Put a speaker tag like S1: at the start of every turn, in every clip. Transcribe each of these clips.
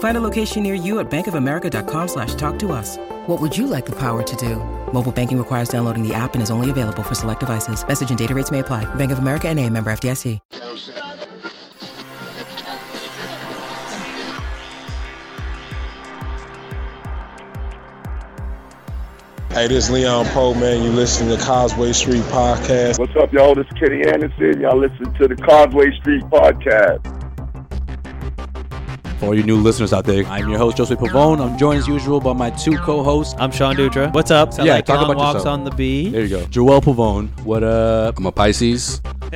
S1: Find a location near you at bankofamerica.com slash talk to us. What would you like the power to do? Mobile banking requires downloading the app and is only available for select devices. Message and data rates may apply. Bank of America and a member FDIC.
S2: Hey, this is Leon Poe, man. You listening to Causeway Street Podcast.
S3: What's up, y'all? This is Kenny Anderson. Y'all listen to the Causeway Street Podcast.
S4: For all you new listeners out there, I'm your host, Joseph Pavone. I'm joined as usual by my two co hosts.
S5: I'm Sean Dutra. What's up? I
S4: Yeah,
S5: like
S4: talk
S5: long
S4: about
S5: walks
S4: yourself.
S5: on the beach.
S4: There you go. Joel Pavone. What up?
S6: I'm a Pisces.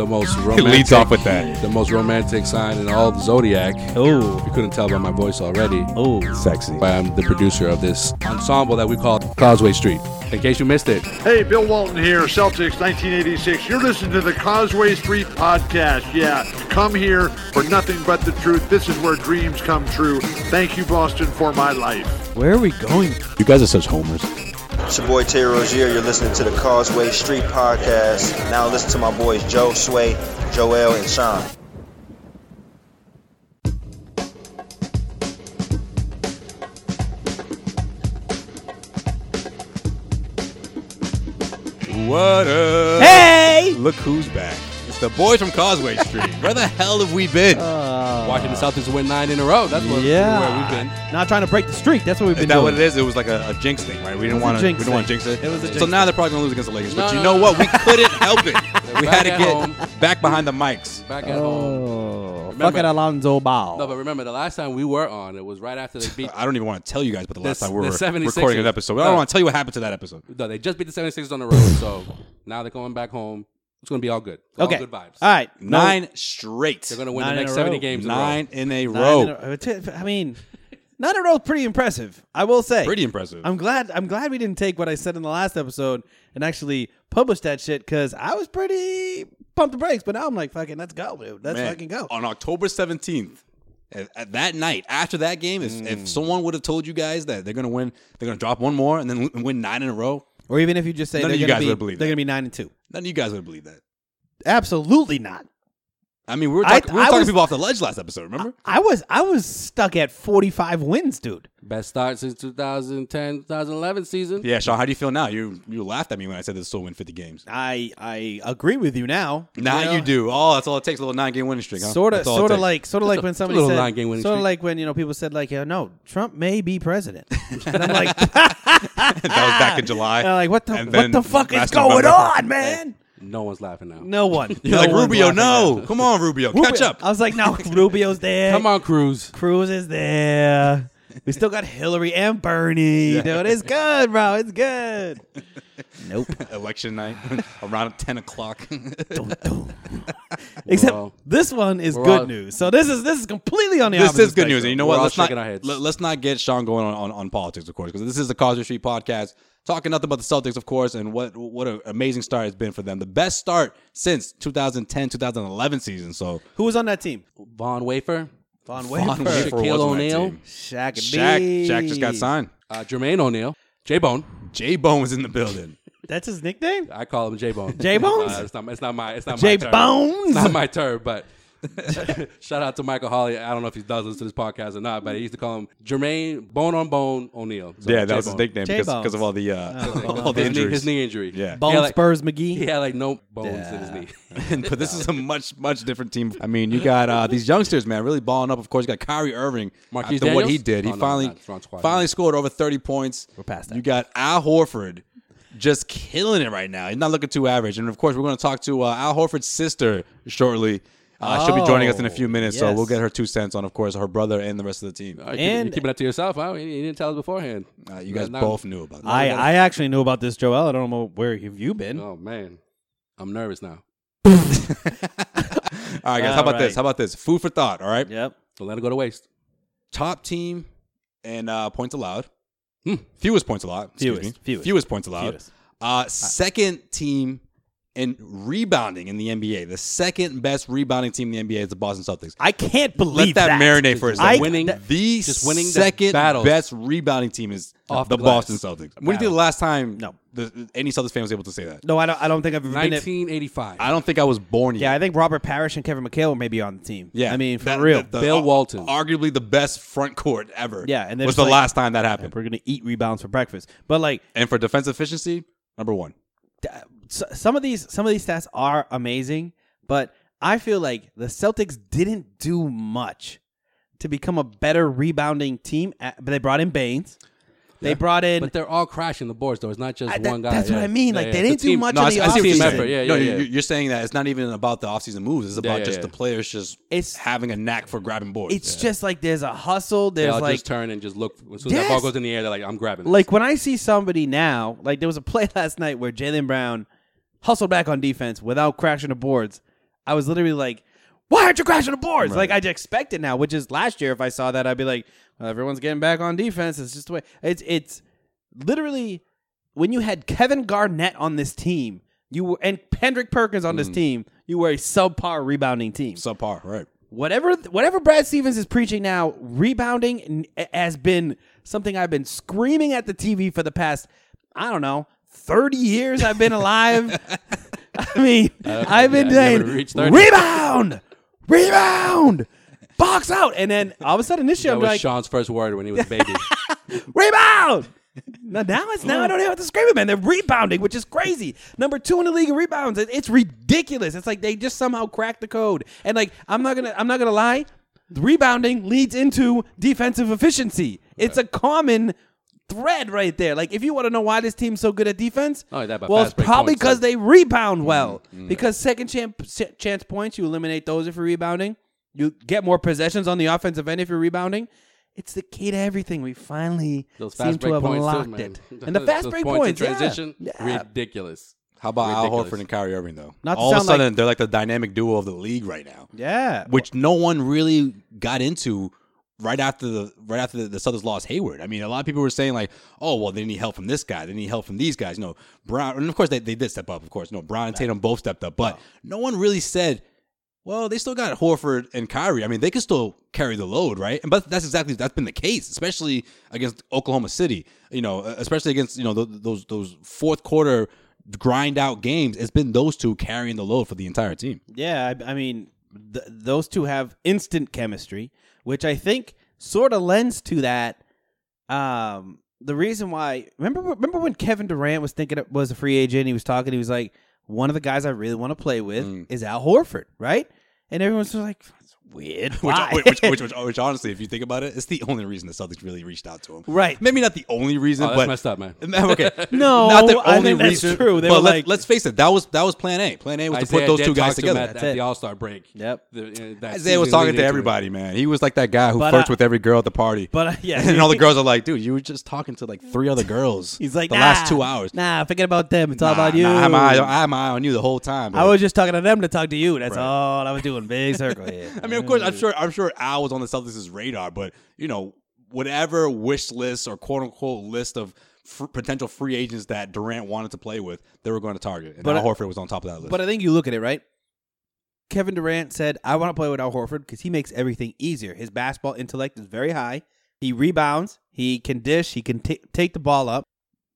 S6: the most romantic.
S7: leads off with that.
S6: The most romantic sign in all the zodiac. If
S5: Oh,
S6: you couldn't tell by my voice already,
S5: oh,
S7: Sexy.
S6: but I'm the producer of this ensemble that we call Causeway Street. In case you missed it,
S8: Hey, Bill Walton here, Celtics 1986. You're listening to the Causeway Street Podcast. Yeah, come here for nothing but the truth. This is where dreams come true. Thank you, Boston, for my life.
S5: where are we going?
S4: You guys are such homers.
S9: It's your boy Terry Rozier. You're listening to the Causeway Street Podcast. Now listen to my boys Joe Sway, Joel, and Sean.
S7: What up?
S5: Hey!
S7: Look who's back. It's the boys from Causeway Street. Where the hell have we been?
S6: watching the Celtics win nine in a row. That's what, where we've been.
S5: Uh, yeah, not trying to break the streak. That's what we've
S7: is
S5: been
S7: that
S5: doing.
S7: what it is? It was like a, a jinx thing, right? We didn't
S5: was a
S7: want to. We
S5: jinx
S7: didn't want to
S5: thing.
S7: jinx it.
S5: It was a
S7: so
S5: jinx
S7: now they're probably gonna lose against the Lakers. but
S6: No,
S7: you
S6: no,
S7: know
S6: no.
S7: what? We couldn't help it. we
S6: Back
S7: had to
S6: at
S7: get
S6: home.
S7: back behind the mics.
S6: Back at home.
S5: Oh,
S6: Remember-
S5: fuck it, Alonzo Ball.
S6: No, but remember the last time we were on, it was right after they beat.
S7: I don't even want to tell you guys, but the last
S6: The-
S7: time we
S6: the
S7: were
S6: 76ers.
S7: recording an episode, I don't
S6: No.
S7: want to tell you what happened to that episode.
S6: no, they just beat the 76ers on the road,
S5: Oh.
S6: so now they're going back home. It's going to be all good. All
S5: okay.
S6: good vibes.
S5: All right. No-
S7: Nine straight.
S6: They're going to win
S5: Nine
S6: the
S5: in
S6: next
S5: a
S6: 70
S5: row.
S6: games. in a row.
S7: Nine in a row.
S5: Nine in a- it's- I mean, nine in a row is pretty impressive. I will say.
S7: Pretty impressive.
S5: I'm glad. I'm glad we didn't take what I said in the last episode and actually publish that shit because I was pretty pumped the brakes. But now I'm like, fucking, let's go, dude. Let's
S7: Man,
S5: fucking go.
S7: On October 17th, at, at that night, after that game, if,
S6: Mm.
S7: if someone would have told you guys that they're going to win, they're going to drop one more and then l- win nine in a row,
S5: Or even if you just say
S7: None of
S5: they're
S7: you
S5: gonna
S7: guys
S5: be,
S7: would believe
S5: they're
S7: that.
S5: gonna be nine and two.
S7: none of you guys would have believed that.
S5: Absolutely not.
S7: I mean, we were,
S5: I-
S7: talk, we were
S5: I
S7: talking
S5: was-
S7: people off the ledge last episode, remember?
S5: I was I was stuck at 45 wins, dude.
S6: Best start since 2010, 2011 season.
S7: yeah, Sean, how do you feel now? You you laughed at me when I said this still win 50 games.
S5: I I agree with you now.
S7: Now you do. Oh, that's all it takes, a little nine-game winning streak, huh?
S5: Sort of
S7: That's all it
S5: sort of
S7: takes.
S5: like sort of like when somebody
S6: little
S5: said
S6: nine game winning
S5: sort of
S6: streak.
S5: like when you know people said like yeah, no, Trump may be president. and I'm like
S7: that was back in July.
S5: ah! and I'm like what the
S7: And
S5: what
S7: then
S5: the fuck is
S7: last
S5: going
S7: November-
S5: on, man?
S6: No one's laughing now.
S5: No one.
S7: You're like, Rubio, no. Come on, Rubio. Catch up.
S5: I was like, no, Rubio's there.
S6: Come on, Cruz.
S5: Cruz is there. We still got Hillary and Bernie, dude. It's good, bro. It's good. nope.
S7: Election night around 10 o'clock.
S5: Except
S6: all-
S5: this one is
S6: we're
S5: good
S6: all-
S5: news. So this is this is completely on the
S7: this
S5: opposite
S7: is good news, and
S5: spectrum.
S7: you know
S6: We're
S7: what?
S6: all
S7: Let's not
S6: shaking our heads.
S7: let, us not get Sean going on, on, on politics, of course, because this is the Causeway Street podcast, talking nothing about the Celtics, of course, and what what an amazing start it's been for them. The best start since 2010 2011 season. So
S5: Who was on that team?
S6: Vaughn Wafer.
S5: Von
S7: Von Wafer was
S5: Wafer.
S7: on that
S6: Shaquille O'Neal.
S7: team.
S5: Shaq, and
S7: Shaq,
S5: B.
S7: Shaq just got signed.
S6: Uh, Jermaine O'Neal. J Bone.
S7: J Bone was in the building.
S5: That's his nickname.
S6: I call him J Bone.
S5: J-Bones?
S6: Uh, it's not. It's not my. It's not
S5: J
S6: my. term.
S5: Bones.
S6: It's not my turn, but. Shout out to Michael Holly. I don't know if he does listen to this podcast or not, but he used to call him Jermaine Bone on Bone O'Neal. So
S7: yeah, that was his
S6: J-Bone.
S7: nickname because,
S5: J-Bones.
S7: because of all the uh, all the
S6: His knee,
S7: injuries.
S6: his knee injury.
S7: Yeah.
S5: Bone
S6: He had like,
S5: Spurs McGee.
S6: He had like no bones in his knee.
S7: but this is a much much different team. I mean, you got uh, these youngsters, man, really balling up. Of course, you got Kyrie Irving. uh,
S6: Marquise
S7: after what he
S6: Daniels?
S7: did, he
S6: Oh, no,
S7: finally
S6: not- wrong squad.
S7: finally scored over thirty points. We're
S5: past that.
S7: You got Al Horford just killing it right now. He's not looking too average. And of course, we're going to talk to uh, Al Horford's sister shortly. Uh, She'll be joining us in a few
S4: Oh,
S7: minutes, so
S4: yes.
S7: we'll get her two cents on, of course, her brother and the rest of the team.
S6: All right, and you're keeping that to yourself. Huh? You you didn't tell us beforehand.
S7: Uh, you guys
S6: Now-
S7: both knew about that.
S5: I, I actually knew about this, Joel. I don't know where have you been.
S6: Oh man, I'm nervous now.
S7: All right, guys. How about this?
S5: All right.
S7: How about this? Food for thought. All right.
S5: Yep.
S6: Don't let it go to waste.
S7: Top team and uh, points allowed. Hmm. Fewest points allowed. Excuse
S5: Fewest,
S7: me.
S5: fewest.
S7: points allowed.
S5: Fewest.
S7: Uh, second team in rebounding in the NBA. The second best rebounding team in the NBA is the Boston Celtics.
S5: I can't
S7: Let
S5: believe
S7: that, marinate for a second.
S5: I-
S7: winning
S5: that-
S7: the
S6: just winning the
S7: second
S6: battles.
S7: best rebounding team is
S6: Off
S7: the,
S6: the glass.
S7: Boston Celtics. When do you think the last time
S5: No.
S7: the, any Celtics fan was able to say that?
S5: No, I don't. I don't think I've ever been.
S6: 1985.
S7: I don't think I was born yet.
S5: Yeah, I think Robert Parrish and Kevin McHale were maybe on the team.
S7: Yeah,
S5: I mean for
S7: That-
S5: real.
S7: that- the-
S6: Bill
S7: ar-
S6: Walton.
S7: arguably the best front court ever.
S5: Yeah, and they're
S7: was the
S5: just like-
S7: last time that happened.
S5: we're gonna eat rebounds for breakfast, but like
S7: And for defense efficiency, number one.
S5: s- some of these some of these stats are amazing, but I feel like the Celtics didn't do much to become a better rebounding team. At, but they brought in Baines. They brought in.
S6: But they're all crashing the boards, though. It's not just
S5: I- that-
S6: one guy.
S5: that's what
S6: Yeah.
S5: I mean. Like,
S6: Yeah,
S5: they
S6: yeah.
S5: didn't
S6: It's a
S5: do
S6: team-
S5: much
S7: No,
S5: in
S7: I
S5: the
S7: see, I see what
S6: team
S7: you're
S5: offseason.
S7: saying.
S6: effort. Yeah,
S7: no,
S6: yeah,
S7: you-
S6: yeah.
S7: you- You're saying that it's not even about the offseason moves. It's about
S6: yeah,
S7: just
S6: yeah.
S7: the players just
S5: It's-
S7: having a knack for grabbing boards.
S5: it's just like there's a hustle.
S6: They
S5: There's
S6: all
S5: like
S6: just turn and just look. As soon as that ball
S5: Yes.
S6: goes in the air, they're like, "I'm grabbing." this."
S5: like when I see somebody now, like there was a play last night where Jalen Brown hustled back on defense without crashing the boards. I was literally like, "Why aren't you crashing the boards?" Like I just expect it now, which is last year. If I saw that, I'd be like, well, "Everyone's getting back on defense. It's just the way it's it's literally when you had Kevin Garnett on this team, you were and Kendrick Perkins on this team, you were a subpar rebounding team.
S7: subpar, right?
S5: whatever whatever Brad Stevens is preaching now, rebounding n- has been something I've been screaming at the TV for the past I don't know thirty years I've been alive. I mean, I've been
S6: yeah, I
S5: saying
S6: never reached 30.
S5: rebound, rebound, box out, and then all of a sudden this year
S6: that
S5: I'm
S6: was
S5: like
S6: Sean's first word when he was a baby.
S5: rebound. No, now it's
S6: Mm.
S5: now I don't have to scream it, man. They're rebounding, which is crazy. Number two in the league in rebounds. It- It's ridiculous. It's like they just somehow cracked the code. And like I'm not gonna I'm not gonna lie, rebounding leads into defensive efficiency. It's a common thread right there. Like if you want to know why this team's so good at defense,
S6: Not only Oh, that, but
S5: well,
S6: fast
S5: it's
S6: break
S5: probably
S6: points,
S5: because
S6: too.
S5: they
S6: Mm,
S5: rebound well. Because second chance chance points, you eliminate those if you're rebounding. You get more possessions on the offensive end if you're rebounding. It's the key to everything. We finally
S6: Those
S5: seem
S6: fast
S5: to
S6: break
S5: have
S6: points, too,
S5: unlocked
S6: man.
S5: it. And the fast
S6: Those
S5: break
S6: points, in
S5: points, yeah.
S6: transition,
S5: yeah.
S6: ridiculous.
S7: How about Al
S6: Ridiculous.
S7: Horford and Kyrie Irving though?
S5: Not to
S7: All of a
S5: sound like-
S7: sudden, they're like the dynamic duo of the league right now.
S5: Yeah.
S7: which no one really got into right after the right after the, the Celtics lost Hayward. I mean, a lot of people were saying like, "Oh, well, they need help from this guy. They need help from these guys." You know, Brown, and of course they, they did step up. Of course, no, Brown and Tatum both stepped up, but no one really said, "Well, they still got Horford and Kyrie. I mean, they could still carry the load, right?" And but that's exactly that's been the case, especially against Oklahoma City. You know, e, especially against you know th- those those fourth quarter grind out games. It's been those two carrying the load for the entire team.
S5: Yeah, I, I mean, th- those two have instant chemistry, which I think sort of lends to that. Um, the reason why remember remember when Kevin Durant was thinking it was a free agent, he was talking, he was like, one of the guys I really want to play with
S7: Mm.
S5: is Al Horford, right? And everyone's just like, that's weird.
S7: Which,
S5: Why?
S7: which, which, which, which honestly, if you think about it, it's the only reason the Celtics really reached out to him.
S5: Right.
S7: Maybe not the only reason,
S6: Oh, that's
S7: but
S6: messed up, man.
S7: Okay.
S5: No,
S7: not the only
S5: I think that's
S7: reason.
S5: true. They
S7: but
S5: were
S7: let's,
S5: like-
S7: let's face it, that was that was Plan A. Plan A was to put those
S6: did
S7: two guys
S6: talk to him
S7: together.
S6: At,
S5: That's
S6: at
S5: it.
S6: the All Star break.
S5: Yep.
S6: The, uh, that
S7: Isaiah was talking
S6: season leading
S7: to
S6: into it.
S7: everybody, man. He was like that guy who
S5: But
S7: flirts
S5: I-
S7: with every girl at the party.
S5: But, uh, yeah.
S7: and all the girls are like, dude, you were just talking to like three other girls.
S5: He's like,
S7: the last
S5: "Nah,
S7: two hours.
S5: Nah, forget about them. It's all
S7: Nah,
S5: about you.
S7: nah, I, had my eye, I had my eye on you the whole time.
S5: I
S7: bro."
S5: was just talking to them to talk to you. That's all I was doing. Big circle.
S7: I mean, of course,
S5: Mm.
S7: I'm sure I'm sure Al was on the Celtics' radar, but you know, whatever wish list or quote unquote list of fr- potential free agents that Durant wanted to play with, they were going to target, and
S5: But
S7: Al
S5: I-
S7: Horford was on top of that list.
S5: But I think you look at it right. Kevin Durant said, "I want to play with Al Horford because he makes everything easier. His basketball intellect is very high. He rebounds. He can dish. He can ta- take the ball up.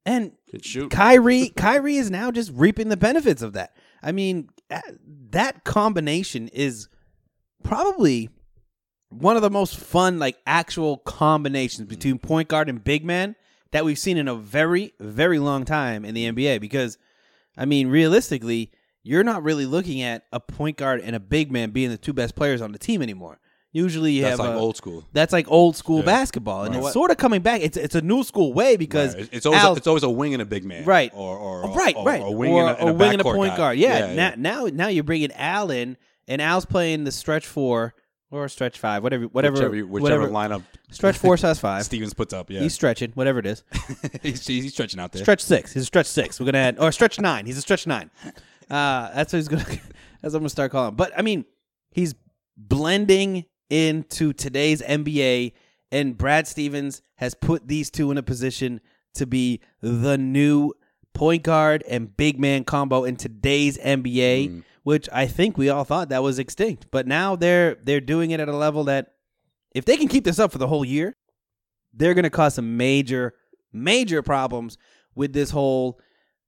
S5: And
S6: Could shoot.
S5: Kyrie, Kyrie is now just reaping the benefits of that. I mean, a- that combination is probably one of the most fun, like actual combinations
S7: Mm-hmm.
S5: between point guard and big man that we've seen in a very, very long time in the NBA. Because, I mean, realistically, you're not really looking at a point guard and a big man being the two best players on the team anymore. Usually you
S7: That's
S5: have
S7: like
S5: a-
S7: old school.
S5: That's like old school
S7: Yeah.
S5: basketball, and
S7: Right.
S5: it's sort of coming back. It's it's a new school way because
S7: Right. It's- It's always
S5: Al-
S7: a, it's always a wing and a big man,
S5: right
S7: Or or
S5: Oh, right
S7: or,
S5: right
S7: a wing
S5: Or
S7: and a, and a,
S5: wing and a
S7: backcourt
S5: point
S7: guy.
S5: guard. Yeah,
S7: yeah.
S5: na- Now, now you're bringing Al in, and Al's playing the stretch four or stretch five, whatever whatever
S7: Whichever you- whichever
S5: whatever
S7: lineup
S5: Stretch four size five.
S7: Stevens puts up. Yeah,
S5: He's stretching, whatever it is.
S7: he's, he's stretching out there.
S5: Stretch six. He's a stretch six. We're gonna add or stretch nine. He's a stretch nine. Uh, that's what he's gonna. that's what I'm gonna start calling. him. But I mean, he's blending into today's NBA, and Brad Stevens has put these two in a position to be the new point guard and big man combo in today's NBA, which I think we all thought that was extinct. But now they're they're doing it at a level that if they can keep this up for the whole year, they're going to cause some major, major problems with this whole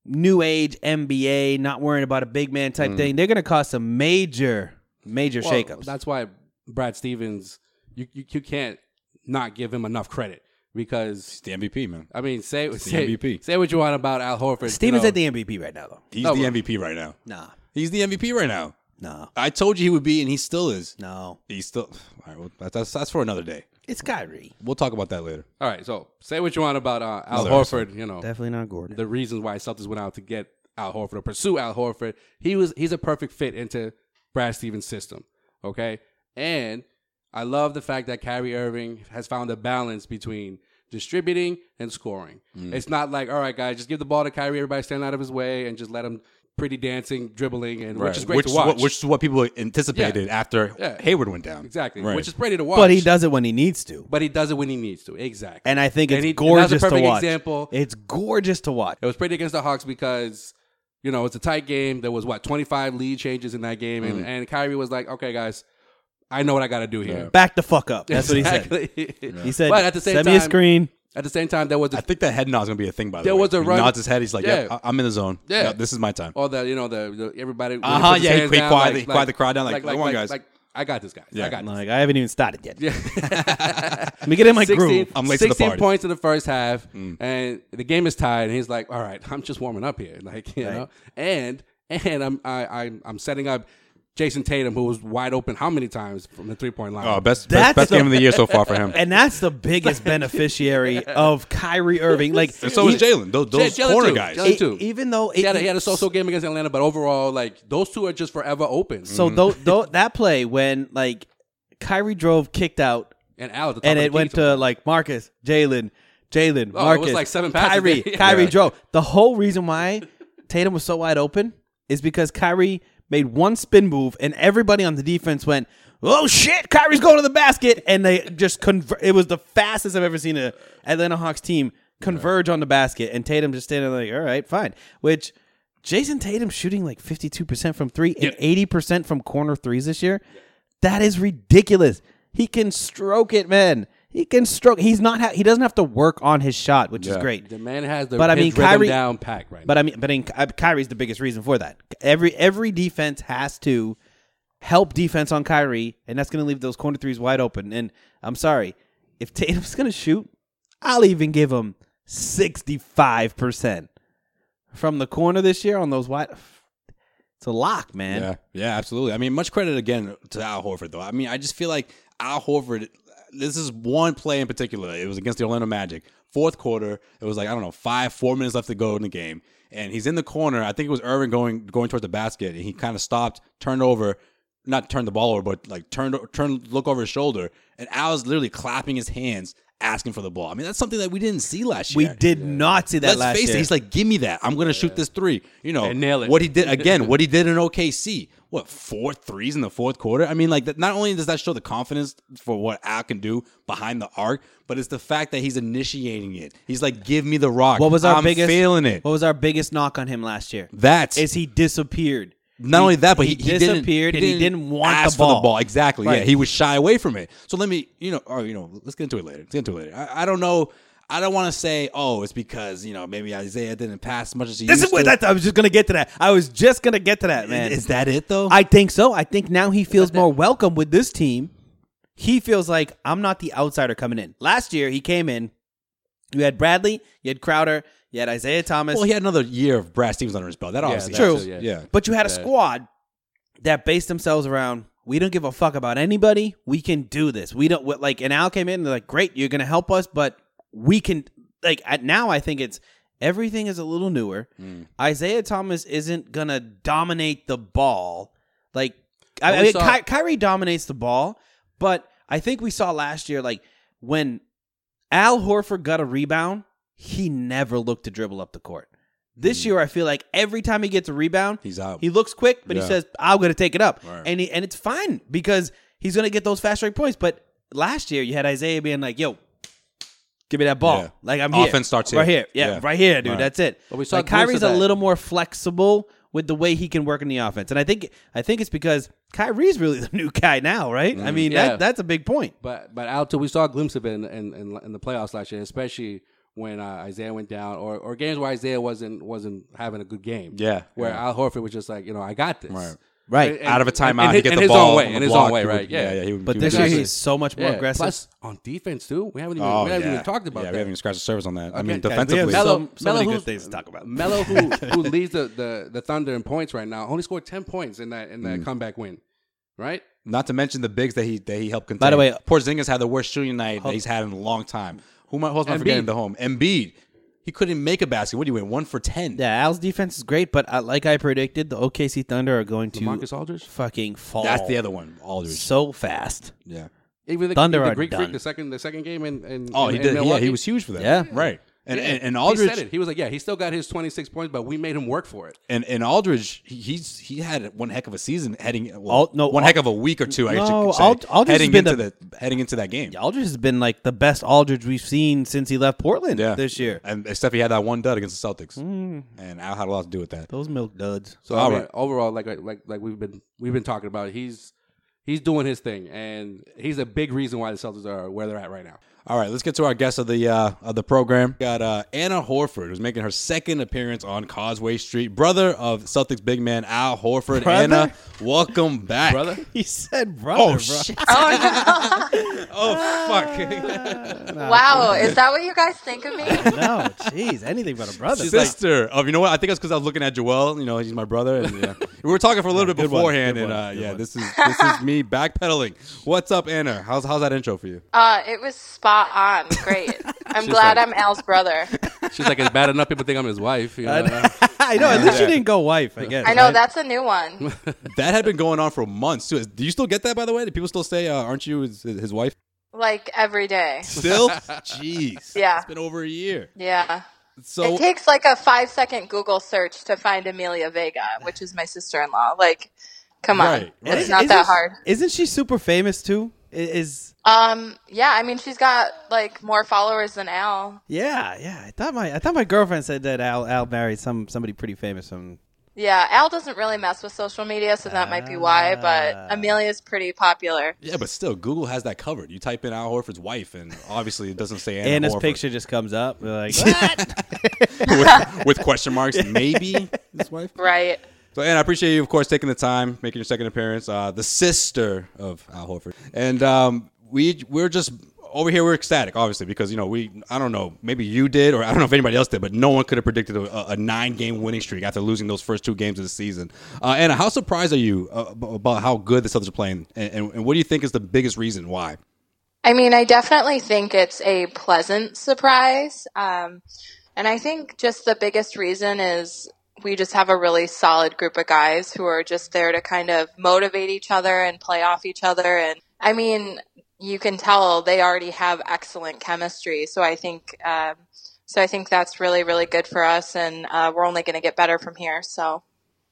S5: new age NBA, not worrying about a big man type thing. They're going to cause some major, major
S6: Hmm. Well,
S5: shakeups.
S6: That's why Brad Stevens, you, you you can't not give him enough credit because
S7: He's the MVP man.
S6: I mean, say
S7: the
S6: say,
S7: MVP.
S6: say what you want about Al Horford.
S5: Stevens
S6: you know,
S5: at the MVP right now, though.
S7: He's
S6: Oh,
S7: the
S6: well.
S7: MVP right now.
S5: Nah,
S7: He's the MVP right now.
S5: no,
S7: I told you he would be, and he still is.
S5: no.
S7: He's still. All right, well, that's, that's that's for another day.
S5: It's Kyrie.
S7: We'll talk about that later.
S6: All right, so say what you want about uh, Al
S7: Another
S6: Horford. You know,
S5: Definitely not Gordon.
S6: the reasons why Celtics went out to get Al Horford or pursue Al Horford. He was he's a perfect fit into Brad Stevens' system. Okay, and I love the fact that Kyrie Irving has found a balance between distributing and scoring.
S7: Mm.
S6: It's not like all right, guys, just give the ball to Kyrie. Everybody stand out of his way and just let him pretty dancing, dribbling, and which is great to watch.
S7: What, which is what people anticipated after
S6: Yeah.
S7: Hayward went down.
S6: exactly,
S7: Right.
S6: which is pretty to watch.
S5: But he does it when he needs to.
S6: But he does it when he needs to. Exactly.
S5: And I think it's
S6: he-
S5: gorgeous
S6: that's a perfect
S5: to watch.
S6: example. Oh,
S5: It's gorgeous to watch.
S6: It was pretty against the Hawks because you know it's a tight game. There was what twenty five lead changes in that game,
S7: Mm.
S6: and, and Kyrie was like, "Okay, guys, I know what I got to do here."
S5: Back the fuck up. That's what
S6: he said.
S5: he said. He said,
S6: but at the same
S5: send
S6: time,
S5: me a screen.
S6: at the same time, there was
S7: I
S6: a,
S7: think that head nod is gonna be a thing. By the
S6: There
S7: way,
S6: was a
S7: he
S6: run-
S7: nods his head. He's like,
S6: Yeah.
S7: "Yep, I- I'm in the zone.
S6: Yeah. Oh,
S7: Yep, this is my time."
S6: all the you know the, the everybody. when he
S7: Uh-huh,
S6: puts his
S7: yeah, he-
S6: hands
S7: he
S6: down,
S7: quietly- he quiet the crowd down, like, come on, guys.
S6: like, I got this, guys. I got this.
S5: Like I haven't even started yet.
S6: Yeah.
S5: Let me get in my
S6: 16,
S5: groove.
S7: I'm late to the
S6: 16
S7: party. Mm.
S6: points in the first half, and the game is tied. And he's like, "All right, I'm just warming up here, like you know." And and I'm I, I'm I'm setting up Jason Tatum, who was wide open how many times from the three point line?
S7: Oh, best
S5: That's
S7: best, best
S5: the-
S7: game of the year so far for him.
S5: And that's the biggest beneficiary of Kyrie Irving. Like
S7: And so is
S5: e-
S7: Jalen. Those, those
S6: Jalen
S7: corner
S6: too.
S7: guys.
S6: Jalen too.
S5: Even though
S6: He
S5: it-
S6: had, a, he had a so-so game against Atlanta, but overall, like those two are just forever open.
S5: so tho- tho- that play when like Kyrie drove kicked out
S6: and Al, at the top
S5: and
S6: of the
S5: it went
S6: key, so-
S5: to like Marcus, Jalen, Jalen,
S6: Oh, it
S5: Marcus,
S6: was like seven passes.
S5: Kyrie,
S6: Yeah.
S5: Kyrie
S6: Yeah.
S5: drove. The whole reason why Tatum was so wide open is because Kyrie made one spin move and everybody on the defense went, "Oh shit, Kyrie's going to the basket," and they just conver- It was the fastest I've ever seen a Atlanta Hawks team converge on the basket, and Tatum just standing there like, "All right, fine," which. Jason Tatum shooting like 52% from three and 80% from corner threes this year. That is ridiculous. He can stroke it, man. He can stroke. He's not. Ha- he doesn't have to work on his shot, which is great.
S6: the man has the
S5: But I
S6: his
S5: mean,
S6: rhythm
S5: Kyrie-
S6: down pack right.
S5: But I mean, but in, uh, Kyrie's the biggest reason for that. Every every defense has to help defense on Kyrie, and that's going to leave those corner threes wide open. And I'm sorry, if Tatum's going to shoot, I'll even give him 65 percent from the corner this year on those wide. It's a lock, man.
S7: Yeah, yeah, absolutely. I mean, much credit again to Al Horford, though. I mean, I just feel like Al Horford. This is one play in particular. It was against the Orlando Magic, fourth quarter. It was like I don't know, five, four minutes left to go in the game, and he's in the corner. I think it was Irving going going towards the basket, and he kind of stopped, turned over, not turned the ball over, but like turned turned look over his shoulder, and Al's literally clapping his hands, asking for the ball. I mean, that's something that we didn't see last year.
S5: We did not see that
S7: Let's
S5: last
S7: face
S5: year.
S7: it. He's like, give me that. I'm gonna shoot this three. You know,
S6: And nail it.
S7: What he did again. what he did in OKC. What four threes in the fourth quarter? I mean, like that, not only does that show the confidence for what Al can do behind the arc, but it's the fact that he's initiating it. He's like, give me the rock.
S5: What was our
S7: I'm
S5: biggest
S7: feeling it?
S5: What was our biggest knock on him last year?
S7: That
S5: is he disappeared.
S7: not only that, but he, he didn't-
S5: disappeared and he didn't want
S7: ask
S5: the ball.
S7: for the ball. Exactly. Yeah,
S5: Right.
S7: he was shy away from it. So let me, you know, or you know, let's get into it later. Let's get into it later. I, I don't know. I don't want to say, oh, it's because you know maybe Isaiah didn't pass as much as he
S5: This
S7: used
S5: is what
S7: to.
S5: that's, I was just gonna get to that. I was just gonna get to that, man.
S7: Is that it though?
S5: I think so. I think now he feels more welcome with this team. He feels like I'm not the outsider coming in. Last year he came in. You had Bradley, you had Crowder, you had Isaiah Thomas.
S7: Well, he had another year of Brad Stevens under his belt. That obviously
S6: that's
S5: True.
S6: it,
S7: Yeah.
S5: But you had a squad that based themselves around we don't give a fuck about anybody. We can do this. We don't what- like. And Al came in. And they're like, great, you're gonna help us, but we can like at, now. I think it's everything is a little newer.
S6: Hmm.
S5: Isaiah Thomas isn't gonna dominate the ball. Like I,
S6: Well,
S5: I
S6: we
S5: mean,
S6: saw-
S5: Ky- Kyrie dominates the ball, but I think we saw last year like when Al Horford got a rebound, he never looked to dribble up the court. This year, I feel like every time he gets a rebound,
S7: Mm. He's out.
S5: He looks quick, but
S7: Yeah.
S5: he says, "I'm going to take it up,"
S7: Right.
S5: and he, and it's fine because he's going to get those fast break points. But last year, you had Isaiah being like, "Yo, give me that ball."
S7: Yeah.
S5: Like I'm here.
S7: Offense starts here.
S5: right here, yeah,
S7: Yeah.
S5: right here, dude.
S7: Right.
S5: That's it.
S6: But we saw
S5: like
S6: a glimpse of
S5: Kyrie's a
S6: that.
S5: little more flexible with the way he can work in the offense, and I think I think it's because Kyrie's really the new guy now, right?
S7: Mm.
S5: I mean,
S6: Yeah.
S5: that, that's a big point.
S6: But but out too, we saw a glimpse of it in in, in, in the playoffs last year, especially when uh, Isaiah went down, or, or games where Isaiah wasn't wasn't having a good game.
S7: Yeah,
S6: where
S7: yeah.
S6: Al Horford was just like, you know, I got this.
S7: Right.
S5: Right.
S7: out of a
S6: and-
S7: timeout,
S6: and
S7: he
S6: his-
S7: get
S6: and
S7: the
S6: his
S7: ball
S6: own way,
S7: on the
S6: and his
S7: block,
S6: own way,
S7: he would-
S6: right? Yeah,
S7: yeah, he would-
S5: But
S7: he
S5: this
S7: would
S5: year
S7: do
S5: he's
S7: that.
S5: so much more
S6: Yeah.
S5: aggressive.
S6: Plus on defense too. We haven't even,
S7: Oh,
S6: we haven't
S7: yeah.
S6: even talked about
S7: yeah,
S6: that.
S7: we haven't even scratched the surface on that. I
S6: Okay,
S7: mean,
S6: guys, we have
S7: defensively,
S6: Melo,
S5: so
S6: Melo
S5: many good
S6: who's-
S5: things to talk about.
S6: Melo, who, who leads the, the, the Thunder in points right now, only scored ten points in that in that
S7: Mm.
S6: comeback win, right?
S7: not to mention the bigs that he that he helped contain.
S5: By the way-
S7: Porzingis had the uh, worst shooting night that he's had in a long time. Who am I, who else am I
S6: Embiid.
S7: forgetting? The home Embiid. He couldn't make a basket. What do you win? One for ten.
S5: Yeah, Al's defense is great, but uh, like I predicted, the OKC Thunder are going to
S6: Marcus Aldridge,
S5: fucking fall.
S7: That's the other one. Aldridge.
S5: So fast.
S7: Yeah.
S6: even the,
S5: Thunder
S6: the
S5: are
S6: Greek
S5: done.
S6: Freak, the second the second game, and, and
S7: Oh, he
S6: in- in
S7: did. Yeah, he
S6: Milwaukee.
S7: was huge for that.
S5: Yeah.
S7: Right. And and, and
S6: He said
S7: Aldridge
S6: it. He was like, yeah, he still got his 26 points, but we made him work for it.
S7: and, and Aldridge he- he's he had one heck of a season heading well,
S5: Al- no,
S7: one
S5: Al-
S7: heck of a week or two I guess you
S5: No,
S7: could say,
S5: Al- Aldridge has
S7: heading
S5: been
S7: into
S5: the-
S7: the heading into that game.
S5: Aldridge has been like the best Aldridge we've seen since he left Portland
S7: Yeah.
S5: this year.
S7: And except he had that one dud against the Celtics.
S5: Mm.
S7: And Al had a lot to do with that.
S5: Those milk duds.
S6: So I mean, overall, like like like we've been we've been talking about, he's he's doing his thing, and he's a big reason why the Celtics are where they're at right now.
S7: All right, let's get to our guest of the uh, of the program. We got uh, Anna Horford, who's making her second appearance on Causeway Street. Brother of Celtics big man Al Horford.
S5: Brother?
S7: Anna, welcome back. Brother?
S5: He said, brother,
S7: Oh
S5: bro.
S7: shit! Oh,
S10: Wow, is that what you guys think of me?
S5: No, jeez, anything but a brother.
S7: Sister of "Oh, you know what? I think it's because I was looking at Joel. You know, he's my brother, and yeah. we were talking for a little bit
S5: good one,
S7: beforehand.
S5: good one,
S7: and uh,
S5: good
S7: yeah,
S5: one.
S7: this is this is me backpedaling. What's up, Anna? How's how's that intro for you?
S10: Uh, it was spot on. Great. I'm glad I'm Al's brother.
S6: She's like, it's bad enough people think I'm his wife. You know?
S5: I know. At least you didn't go wife. I guess.
S10: I know
S5: right?
S10: that's a new one.
S7: That had been going on for months too. Do you still get that? By the way, do people still say, uh, "Aren't you his, his wife?"
S10: Like every day.
S7: Still, jeez,
S10: Yeah.
S7: it's been over a year.
S10: Yeah.
S7: So
S10: it takes like a five second Google search to find Amelia Vega, which is my sister in law. Like, come on.
S7: Right, right.
S10: It's not
S5: Isn't-
S10: that hard.
S5: Isn't she super famous too? I- Is
S10: Um, yeah, I mean, she's got like more followers than Al.
S5: yeah, yeah. I thought my I thought my girlfriend said that Al Al married some somebody pretty famous from
S10: Yeah, Al doesn't really mess with social media, so that might be why,
S7: Ah.
S10: but Amelia's pretty popular.
S7: Yeah, but still, Google has that covered. You type in Al Horford's wife, and obviously it doesn't say Anna
S5: Anna's
S7: Horford.
S5: picture just comes up. We're like,
S7: with, with question marks. Maybe his wife.
S10: Right.
S7: So, Anna, I appreciate you, of course, taking the time, making your second appearance. Uh, the sister of Al Horford, and um, we we're just over here. We're ecstatic, obviously, because you know we. I don't know. Maybe you did, or I don't know if anybody else did, but no one could have predicted a, a nine-game winning streak after losing those first two games of the season. Uh, Anna, how surprised are you uh, ab- about how good the Celtics are playing, and, and, and what do you think is the biggest reason why?
S10: I mean, I definitely think it's a pleasant surprise. Um, and I think just the biggest reason is we just have a really solid group of guys who are just there to kind of motivate each other and play off each other. And I mean, you can tell they already have excellent chemistry. So I think, um, so I think that's really, really good for us. And uh, we're only going to get better from here. So.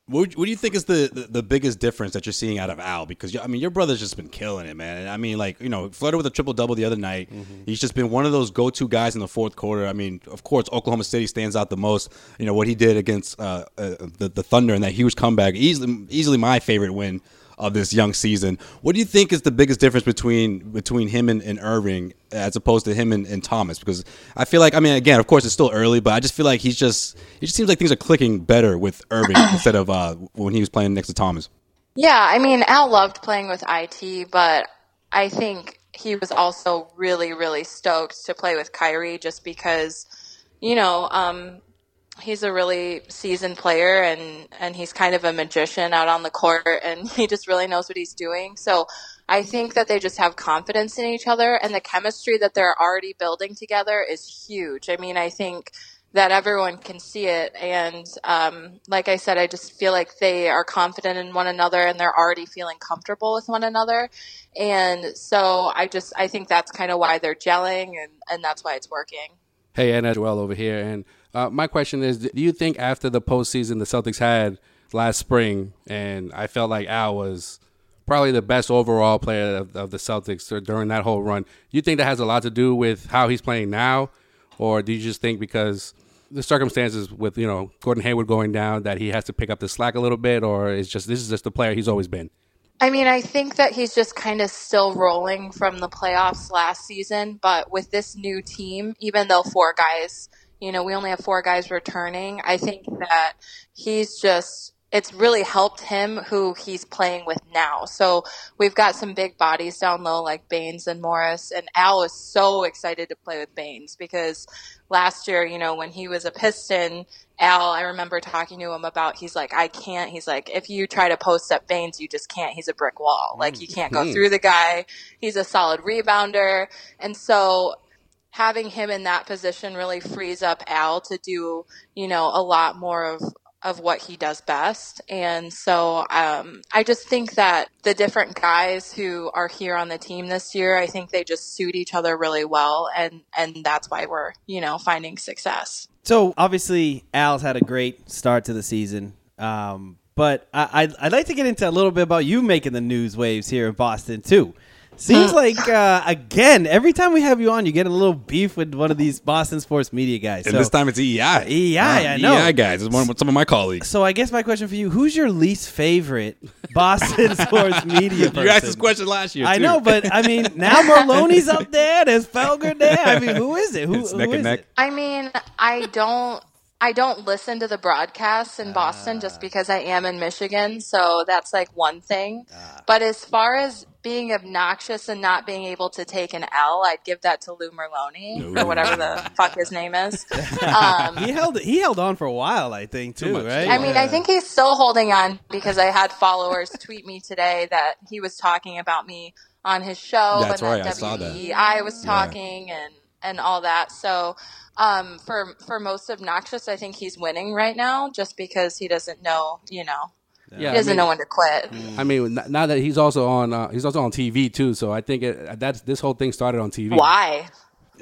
S7: What, would- what do you think is the, the, the biggest difference that you're seeing out of Al? Because you- I mean, your brother's just been killing it, man. And I mean, like you know, flooded with a triple double the other night. He's just been one of those go to guys in the fourth quarter. I mean, of course, Oklahoma City stands out the most. You know what he did against uh, uh, the the Thunder and that huge comeback, easily easily my favorite win of this young season. What do you think is the biggest difference between between him and, and Irving as opposed to him and, and Thomas? Because I feel like I mean again, of course it's still early, but I just feel like he's just it just seems like things are clicking better with Irving instead of uh, when he was playing next to Thomas.
S10: Yeah, I mean, Al loved playing with IT, but I think he was also really, really stoked to play with Kyrie just because, you know, um,
S7: he's a really seasoned player and and he's kind of a magician out on the court and he just really knows what he's doing. So I think that they just have confidence in each other and the chemistry that they're already building together is huge. I mean, I think that everyone can see it and um, like I said, I just feel like they are confident in one another and they're already feeling comfortable with one another. And so I just I think that's kind of why they're gelling and, and that's why it's working.
S11: Hey, Ed as well over here. And uh, my question is, do you think after the postseason the Celtics had last spring, and I felt like Al was probably the best overall player of, of the Celtics dur- during that whole run, you think that has a lot to do with how he's playing now, or do you just think because the circumstances with you know Gordon Hayward going down that he has to pick up the slack a little bit, or is just this is just the player he's always been?
S7: I mean, I think that he's just kind of still rolling from the playoffs last season, but with this new team, even though four guys, you know, we only have four guys returning, I think that he's just it's really helped him who he's playing with now. So we've got some big bodies down low like Baines and Morris, and Al is so excited to play with Baines because last year, you know, when he was a Piston, Al, I remember talking to him about he's like, I can't. He's like, if you try to post up Baines, you just can't. He's a brick wall. Like you can't go
S12: Mhm.
S7: through the guy. He's a solid rebounder, and so having him in that position really frees up Al to do, you know, a lot more of of what he does best. And so um, I just think that the different guys who are here on the team this year, I think they just suit each other really well, and and that's why we're you know finding success.
S5: So obviously, Al's had a great start to the season. Um, but I, I'd, I'd like to get into a little bit about you making the news waves here in Boston too. Seems
S7: Hmm.
S5: like uh, again, every time we have you on, you get in a little beef with one of these Boston sports media guys.
S6: And this time it's E EEI.
S5: EEI, E I
S6: Uh,
S5: know.
S6: EEI guys. It's one, some of my colleagues.
S5: So I guess my question for you: Who's your least favorite Boston sports media? Person?
S6: You asked this question last year.
S5: I
S6: too.
S5: know, but I mean, now Maloney's up there. There's Felger there. I mean, who is it? Who,
S6: It's neck
S5: who
S6: and
S5: is
S6: neck.
S5: it?
S7: I mean, I don't. I don't listen to the broadcasts in Boston just because I am in Michigan, so that's like one thing. but as far as being obnoxious and not being able to take an L, I'd give that to Lou Merlone or whatever the fuck his name is. Um,
S5: he held he held on for a while, I think, too. Right?
S7: I mean, I think he's still holding on because I had followers tweet me today that he was talking about me on his show.
S6: That's
S7: and E,
S6: right, I saw that.
S7: I was talking and and all that. So um, for for most obnoxious, I think he's winning right now just because he doesn't know, you know,
S11: Yeah, I
S7: he doesn't
S11: mean-
S7: know when to quit.
S6: Mm.
S11: I mean, n- now that he's also on, uh, he's also on TV too. So I think it, that's this whole thing started on TV.
S7: Why?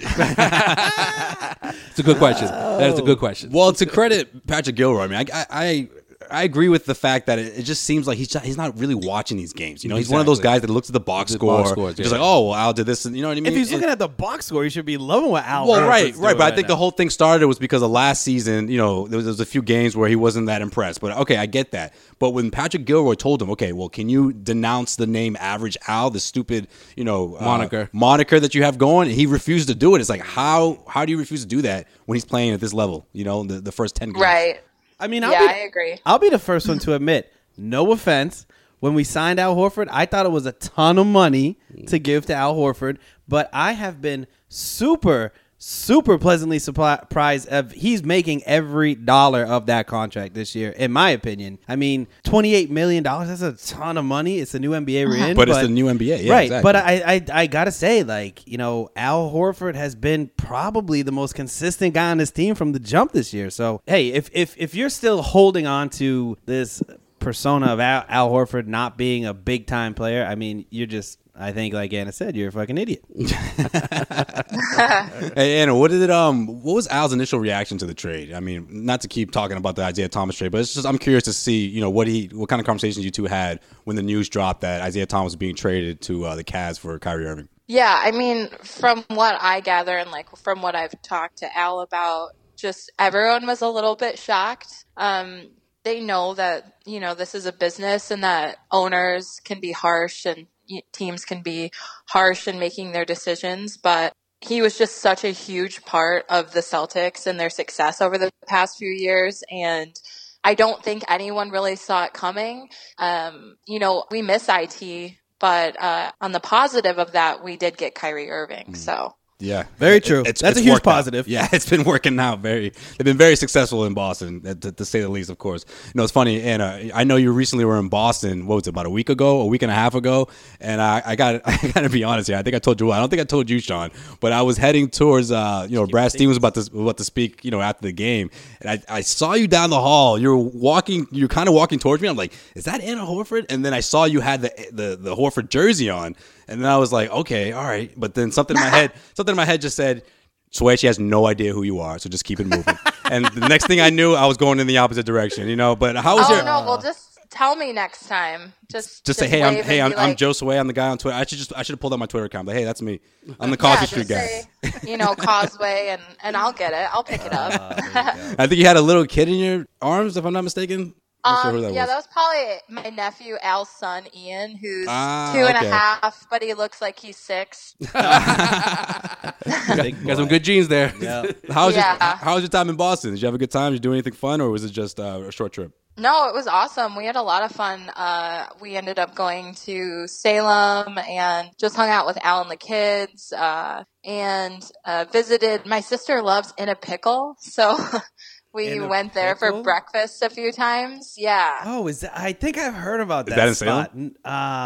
S11: It's a good question. That is a good question.
S6: Well, to credit Patrick Gilroy, I mean, I, I, I, I agree with the fact that it, it just seems like he's not, he's not really watching these games. You know, he's one of those
S11: Mm-hmm. Exactly.
S6: guys that looks at the box
S11: The
S6: score,
S11: box scores,
S6: just
S11: yeah.
S6: like, oh, well, Al did this, and you know what I mean.
S5: if he's
S6: And-
S5: looking at the box score, he should be loving what Al.
S6: well,
S5: Horford's
S6: right,
S5: doing
S6: right, but I think
S5: now.
S6: the whole thing started was because of last season. You know, there was, there was a few games where he wasn't that impressed. But okay, I get that. But when Patrick Gilroy told him, "Okay, well, can you denounce the name Average Al, the stupid, you know, uh,
S11: Moniker.
S6: moniker that you have going?" and he refused to do it. It's like how how do you refuse to do that when he's playing at this level? You know, the, the first ten games.
S7: Right.
S5: I mean, I'll
S7: yeah,
S5: be-
S7: I agree.
S5: I'll be the first one to admit, no offense. When we signed Al Horford, I thought it was a ton of money to give to Al Horford, but I have been super, super pleasantly surprised of he's making every dollar of that contract this year, in my opinion. I mean, $28 million, that's a ton of money. It's the new NBA
S7: Uh-huh.
S5: we're in.
S6: But it's the new NBA, yeah,
S5: right,
S6: exactly.
S5: but I, I, I got to say, like, you know, Al Horford has been probably the most consistent guy on this team from the jump this year. So, hey, if, if, if you're still holding on to this persona of Al, Al Horford not being a big time player, I mean, you're just, I think, like Anna said, you're a fucking idiot.
S6: Hey Anna, what did it um what was Al's initial reaction to the trade? I mean, not to keep talking about the Isaiah Thomas trade, but it's just I'm curious to see, you know, what he what kind of conversations you two had when the news dropped that Isaiah Thomas was being traded to uh, the Cavs for Kyrie Irving.
S7: Yeah, I mean, from what I gather and like from what I've talked to Al about, just everyone was a little bit shocked. Um, they know that you know this is a business and that owners can be harsh and y- teams can be harsh in making their decisions, but he was just such a huge part of the Celtics and their success over the past few years and. I don't think anyone really saw it coming. Um, you know, we miss IT, but uh, on the positive of that, we did get Kyrie Irving. So Yeah,
S5: Very
S7: It-
S5: true.
S7: it's-
S5: That's
S7: it's
S5: a huge
S7: worked out.
S5: positive.
S7: Yeah, it's been working out. Very, they've been very successful in Boston, uh, to, to say the least. Of course, you know it's funny. And uh, I know you recently were in Boston. What was it about a week ago, a week and a half ago? And I, I got, I got to be honest here. I think I told you. I don't think I told you, Sean. But I was heading towards. Uh, you know, Brad Stevens was about to was about to speak. You know, after the game, and I, I saw you down the hall. You were walking. You're kind of walking towards me. I'm like, is that Anna Horford? And then I saw you had the the the Horford jersey on. And then I was like, okay, all right. But then something in my head, something in my head just said, Sway, she has no idea who you are, so just keep it moving. and the next thing I knew, I was going in the opposite direction, you know. But how was
S6: oh
S7: your?
S6: no, well just tell me next time. Just
S7: just say, hey, I'm
S6: wave
S7: hey, I'm,
S6: and be
S7: I'm
S6: like,
S7: Joe Sway. I'm the guy on Twitter. I should just I should have pulled out my Twitter account. But hey, that's me. I'm the Coffee Street guy.
S6: you know, causeway and and I'll get it. I'll pick it up.
S7: I think you had a little kid in your arms, if I'm not mistaken. I'm not sure
S6: Um,
S7: who that
S6: yeah,
S7: was.
S6: that was probably my nephew Al's son Ian, who's
S7: Ah,
S6: two and a half,
S7: okay.
S6: but he looks like he's six.
S5: Big
S7: Got some
S5: boy.
S7: good genes there.
S5: Yeah.
S7: how was your
S6: Yeah.
S7: How was your time in Boston? Did you have a good time? Did you do anything fun, or was it just uh, a short trip?
S6: No, it was awesome. We had a lot of fun. Uh, we ended up going to Salem and just hung out with Al and the kids uh, and uh, visited. My sister loves In a Pickle, so we
S5: In a
S6: went there
S5: Pickle?
S6: for breakfast a few times. Yeah.
S5: Oh, is that, I think I've heard about
S7: Is
S5: that.
S7: that in
S5: spot.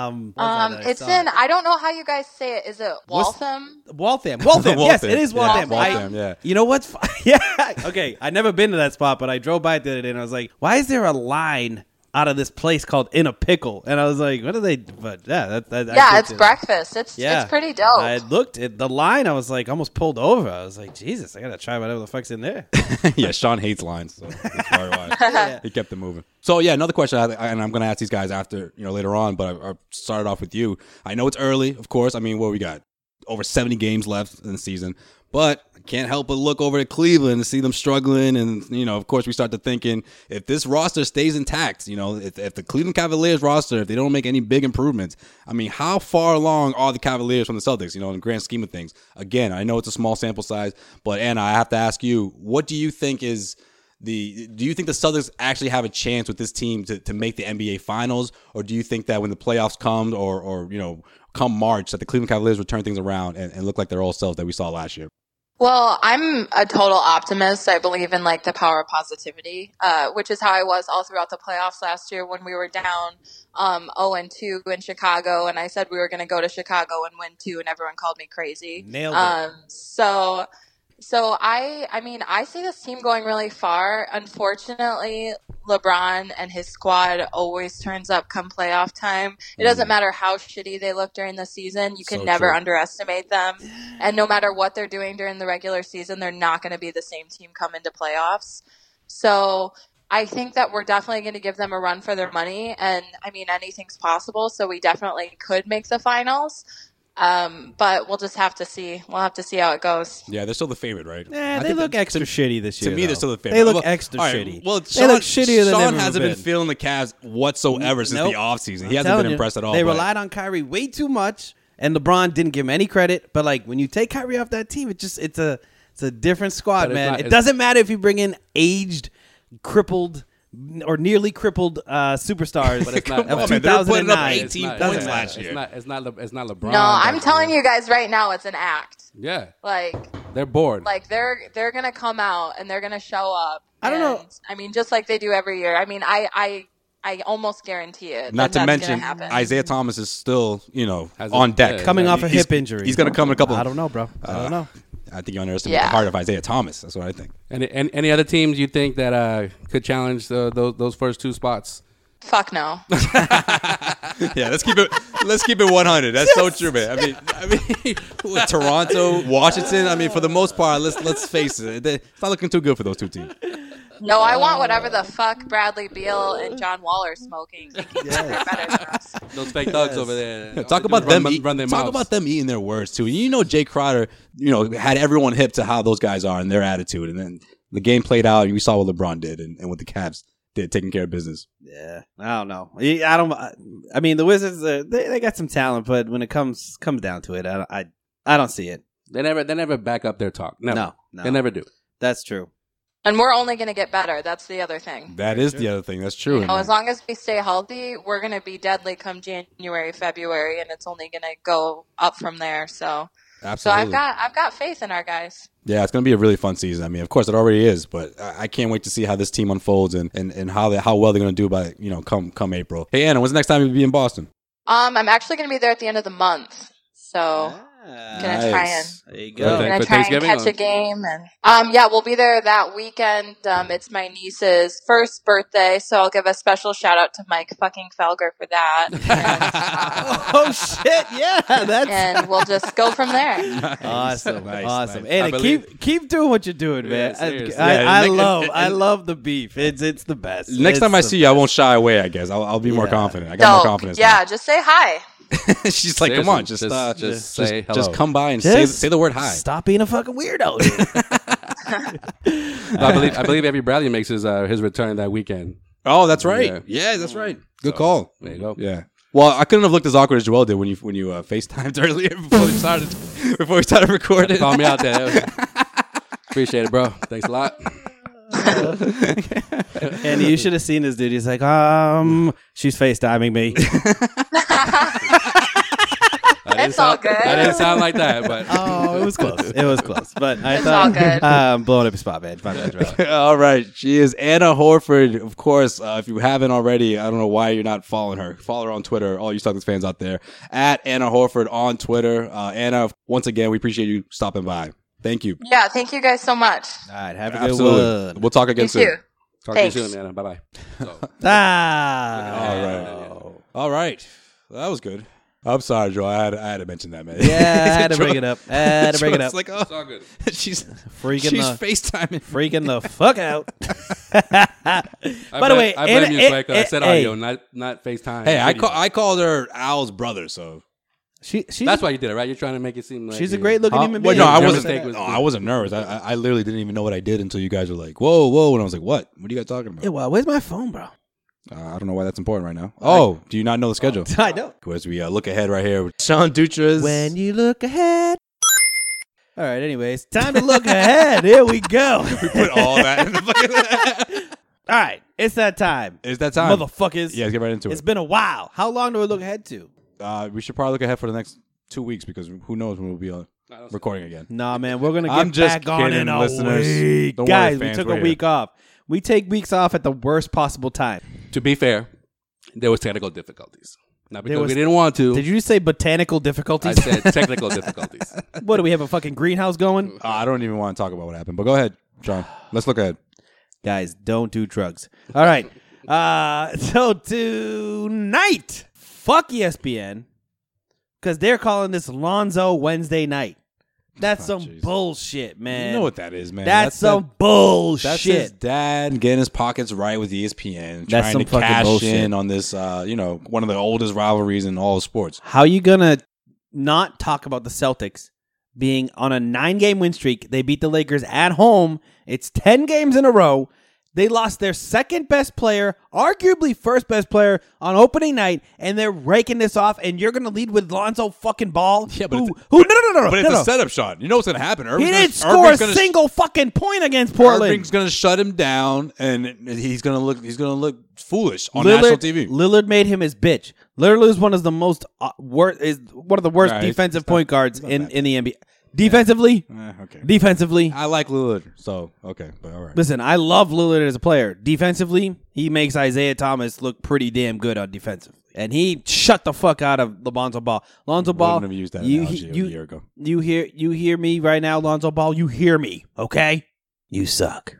S5: Um, what's that
S6: Um,
S5: that I
S6: it's
S5: saw?
S6: in, I don't know how you guys say it. Is it
S5: What's-
S6: Waltham?
S5: Waltham. Waltham. Yes, it is
S7: Yeah,
S5: Waltham. I-
S7: Waltham, yeah.
S5: You know what's fu- yeah. Okay, I never been to that spot, but I drove by it the other day and I was like, why is there a line out of this place called In a Pickle? And I was like, what are they? But yeah, that, that, I
S6: yeah,
S5: think
S6: it's
S5: it-
S6: breakfast. It's it's pretty dope.
S5: I looked at the line. I was like, almost pulled over. I was like, Jesus, I gotta try whatever the fuck's in there.
S7: yeah, Sean hates lines. So that's probably why. He kept it moving. So yeah, another question, I, and I'm going to ask these guys after you know later on, but I, I started off with you. I know it's early, of course. I mean, what we got over 70 games left in the season, but I can't help but look over to Cleveland to see them struggling, and you know, of course, we start to thinking if this roster stays intact, you know, if, if the Cleveland Cavaliers roster, if they don't make any big improvements, I mean, how far along are the Cavaliers from the Celtics? You know, in the grand scheme of things. Again, I know it's a small sample size, but Anna, I have to ask you, what do you think is the do you think the Celtics actually have a chance with this team to, to make the NBA finals? Or do you think that when the playoffs come or or you know, come March that the Cleveland Cavaliers will turn things around and, and look like their old selves that we saw last year?
S6: Well, I'm a total optimist. I believe in like the power of positivity, uh, which is how I was all throughout the playoffs last year when we were down um, 0 and 2 in Chicago, and I said we were going to go to Chicago and win two, and everyone called me crazy.
S5: Nailed it.
S6: Um, so, so I, I mean, I see this team going really far. Unfortunately, LeBron and his squad always turns up come playoff time. It doesn't matter how shitty they look during the season; you can
S7: So
S6: never
S7: true.
S6: underestimate them. And no matter what they're doing during the regular season, they're not going to be the same team come into playoffs. So I think that we're definitely going to give them a run for their money. And I mean, anything's possible. So we definitely could make the finals. Um, but we'll just have to see. We'll have to see how it goes.
S7: Yeah, they're still the favorite, right?
S5: Yeah,
S7: I
S5: they
S7: think
S5: look
S7: that-
S5: extra shitty this
S7: to
S5: year.
S7: Eh, me,
S5: though.
S7: they're still the favorite.
S5: They look
S7: Well,
S5: extra
S7: all right,
S5: shitty.
S7: Well,
S5: they
S7: Sean,
S5: look shittier than
S7: Sean
S5: they've
S7: hasn't
S5: ever
S7: been. feeling the Cavs whatsoever since
S5: Nope.
S7: the offseason.
S5: I'm
S7: He hasn't
S5: telling
S7: been
S5: you,
S7: impressed at all.
S5: They
S7: but-
S5: relied on Kyrie way too much, and LeBron didn't give him any credit. But like when you take Kyrie off that team, it just it's a it's a different squad,
S1: But it's
S5: man.
S1: not-
S5: it
S1: it's-
S5: doesn't matter if you bring in aged, crippled. Or nearly crippled uh, superstars
S1: But it's not.
S7: Come
S5: of
S7: on, man, they were putting up
S5: 2009.
S7: 18
S1: it's not-
S7: points
S1: it's not-
S7: last year.
S1: It's not. It's not. Le- It's not LeBron.
S6: No, I'm
S1: that's
S6: telling
S1: it.
S6: you guys right now, it's an act.
S1: Yeah,
S6: Like,
S1: they're bored.
S6: like they're they're gonna come out and they're gonna show up.
S5: I don't know.
S6: And, I mean, just like they do every year. I mean, I I I almost guarantee it.
S7: Not
S6: that
S7: to
S6: that's
S7: mention,
S6: gonna happen.
S7: Isaiah Thomas is still, you know,
S1: Has a-
S7: on deck.
S1: yeah,
S5: Coming off a
S7: He's-
S5: hip injury.
S7: He's going to come in a couple.
S5: I don't know, bro. I
S7: Uh,
S5: don't know.
S7: I think you underestimate the
S6: Yeah.
S7: heart of Isaiah Thomas. That's what I think.
S1: And, and any other teams you think that uh, could challenge the, those those first two spots?
S6: Fuck no.
S7: Yeah, let's keep it. let's keep it 100. That's so true, man. I mean, I mean, with Toronto, Washington. I mean, for the most part, let's let's face it, they- it's not looking too good for those two teams.
S6: No, I
S7: Oh.
S6: want whatever the fuck Bradley Beal and John Wall are smoking. Thinking they're better than us.
S1: Those fake thugs over there. All
S7: Talk
S1: they do
S7: about
S1: is run-
S7: them. eat-
S1: Run, run their
S7: talk
S1: mouths.
S7: about them eating their words too. You know, Jay Crowder, you know, had everyone hip to how those guys are and their attitude, and then the game played out, and we saw what LeBron did and, and what the Cavs did, taking care of business.
S5: Yeah, I don't know. Yeah, I don't. I- I mean, the Wizards uh, they they got some talent, but when it comes comes down to it, I don't- I, I don't see it.
S1: They never. They never back up their talk. Never.
S5: No, no.
S1: They never do.
S5: That's true.
S6: And we're only going to get better. That's the other thing.
S7: That is the other thing. That's true.
S6: You know, as long as we stay healthy, we're going to be deadly come January, February, and it's only going to go up from there. So
S10: So
S7: Absolutely.
S10: I've got I've got faith in our guys.
S7: Yeah, it's going to be a really fun season. I mean, of course, it already is, but I I can't wait to see how this team unfolds and, and, and how they, how well they're going to do by you know come come April. Hey, Anna, when's the next time you'll be in Boston?
S10: Um, I'm actually going to be there at the end of the month, so
S6: Oh.
S10: I'm going to try and
S7: Nice.
S5: There you
S7: go.
S10: I'm gonna
S7: For
S10: try and
S7: Thanksgiving
S10: catch
S7: or-
S10: a game, and um, yeah, we'll be there that weekend. Um, it's my niece's first birthday, so I'll give a special shout out to Mike fucking Felger for that.
S5: oh shit! Yeah, that's
S10: and we'll just go from there.
S5: Awesome,
S7: Nice,
S5: awesome.
S7: nice. I
S5: Anna,
S7: believe-
S5: keep keep doing what you're doing, man. I,
S7: seriously.
S5: I,
S7: Yeah,
S5: I
S7: and- and-
S5: love I
S7: and-
S5: love the beef. It's it's the best.
S7: Next
S5: It's
S7: time I
S5: the
S7: see you, I won't shy away. I guess I'll, I'll be more confident. I got more
S10: Dope.
S7: confidence.
S10: Yeah, just say hi.
S7: now. she's like, come on, just
S6: Just-
S7: uh, just
S6: just say
S7: just,
S6: hello.
S7: just come by and
S5: Just
S7: say say the word hi.
S5: Stop being a fucking weirdo. dude.
S6: I believe I believe Abby Bradley makes his uh, his return that weekend.
S7: Oh, that's right. Yeah, that's right. Good call.
S6: There you go.
S7: Yeah. Well, I couldn't have looked as awkward as Joel did when you when you uh, FaceTimed earlier before we started before we started recording.
S6: Call me out there. Appreciate it, bro. Thanks a lot.
S5: and you should have seen this dude. He's like, um, she's FaceTiming me.
S10: It's all good.
S6: That didn't sound like that, but
S5: oh, it was close. It was close. But I
S10: It's
S5: thought
S10: all good.
S5: I'm blowing up your spot, man. My bad, Joel.
S7: All right. She is Anna Horford. Of course, uh, if you haven't already, I don't know why you're not following her. Follow her on Twitter, all you Celtics fans out there, at Anna Horford on Twitter. Uh, Anna, once again, we appreciate you stopping by. Thank you.
S10: Yeah, thank you guys so much.
S5: All right, have a good
S7: Absolutely.
S5: one.
S7: We'll talk again
S10: You
S7: soon.
S10: too.
S6: talk
S10: Thanks.
S6: to you soon, man. Bye bye.
S5: Ah,
S7: All right. All right. That was good. I'm sorry, Joel. I had, I had to mention that, man.
S5: yeah, I had to bring it up. I had to bring it
S7: Joel's
S5: up.
S7: like, oh,
S6: It's all good.
S7: she's
S5: Freaking
S7: she's
S5: the-
S7: FaceTiming.
S5: Freaking the fuck out. By
S6: I
S5: the
S6: blame-
S5: way,
S6: I blame
S5: Anna- eh,
S6: you, Swag, 'cause I
S5: Anna-
S6: said
S5: hey.
S6: audio, not not FaceTime.
S7: Hey, I,
S6: Video.
S7: call, I called her Al's brother, so
S5: She, she's
S6: That's why you did it, right? You're trying to make it seem like
S5: she's a
S6: you-
S5: great looking
S7: Huh?
S5: human
S7: Well,
S5: being.
S7: no, I
S6: Your
S7: wasn't.
S6: mistake was-
S7: no, I wasn't nervous. I, I, I literally didn't even know what I did until you guys were like, "Whoa, whoa!" And I was like, "What? What are you guys talking
S5: Hey,
S7: about?"
S5: well, where's my phone, bro?
S7: Uh, I don't know why that's important right now. Oh, do you not know the schedule?
S5: I know.
S7: As we uh, look ahead right here, with Sean Dutra's.
S5: When you look ahead. All right, anyways, time to look ahead. Here we go.
S7: we put all that in the fucking.
S5: All right, it's that time.
S7: Is that time?
S5: Motherfuckers.
S7: Yeah, let's get right into
S5: It's
S7: it.
S5: been a while. How long do we look ahead to?
S7: Uh, we should probably look ahead for the next two weeks because who knows when we'll be on recording again.
S5: Nah, man, we're gonna get
S7: I'm just
S5: back on
S7: kidding,
S5: in a
S7: listeners.
S5: week,
S7: Don't worry,
S5: guys. we
S7: fans,
S5: took
S7: we're
S5: a
S7: here.
S5: week off. We take weeks off at the worst possible time.
S6: To be fair, there was technical difficulties. Not because
S5: was-
S6: we didn't want to.
S5: Did you say botanical
S6: I
S5: difficulties?
S6: said technical difficulties.
S5: what do we have a fucking greenhouse going?
S7: Uh, I don't even want to talk about what happened, but go ahead, Sean. Let's look ahead.
S5: guys, don't do drugs. All right. Uh, so tonight, fuck E ESPN, because they're calling this Lonzo Wednesday night. That's
S7: Oh,
S5: some
S7: jeez.
S5: bullshit, man.
S7: You know what that is, man.
S5: That's, some bullshit.
S7: That's his dad getting his pockets right with E ESPN,
S5: That's
S7: trying
S5: some
S7: to
S5: fucking
S7: cash
S5: bullshit.
S7: in on this, uh, you know, one of the oldest rivalries in all of sports.
S5: How you gonna not talk about the Celtics being on a nine game win streak? They beat the Lakers at home. It's ten games in a row. They lost their second best player, arguably first best player on opening night, and they're raking this off. And you're gonna lead with Lonzo fucking Ball.
S7: Yeah, but
S5: who,
S7: it's a-
S5: who? No, no, no, no,
S7: But
S5: no,
S7: it's
S5: no.
S7: a setup shot. You know what's going to happen. Irving's
S5: He
S7: gonna-
S5: didn't score a
S7: Irving's gonna-
S5: single fucking point against Portland.
S7: Irving's going to shut him down, and he's going to look. He's going to look foolish on national TV.
S5: Lillard made him his bitch. Lillard is one of the most uh, wor- is one of the worst
S7: Nah, it's-
S5: defensive
S7: it's not-
S5: point guards
S7: it's not
S5: in,
S7: that
S5: in the NBA. Defensively,
S7: Eh, okay,
S5: defensively.
S7: I like Lillard, so okay, but all right.
S5: Listen, I love Lillard as a player. Defensively, he makes Isaiah Thomas look pretty damn good on defensive. And he shut the fuck out of Lonzo Ball. Lonzo Ball,
S7: have used that
S5: you,
S7: analogy
S5: he-
S7: a
S5: you,
S7: year ago.
S5: you hear you hear me right now, Lonzo Ball. You hear me, okay? You suck.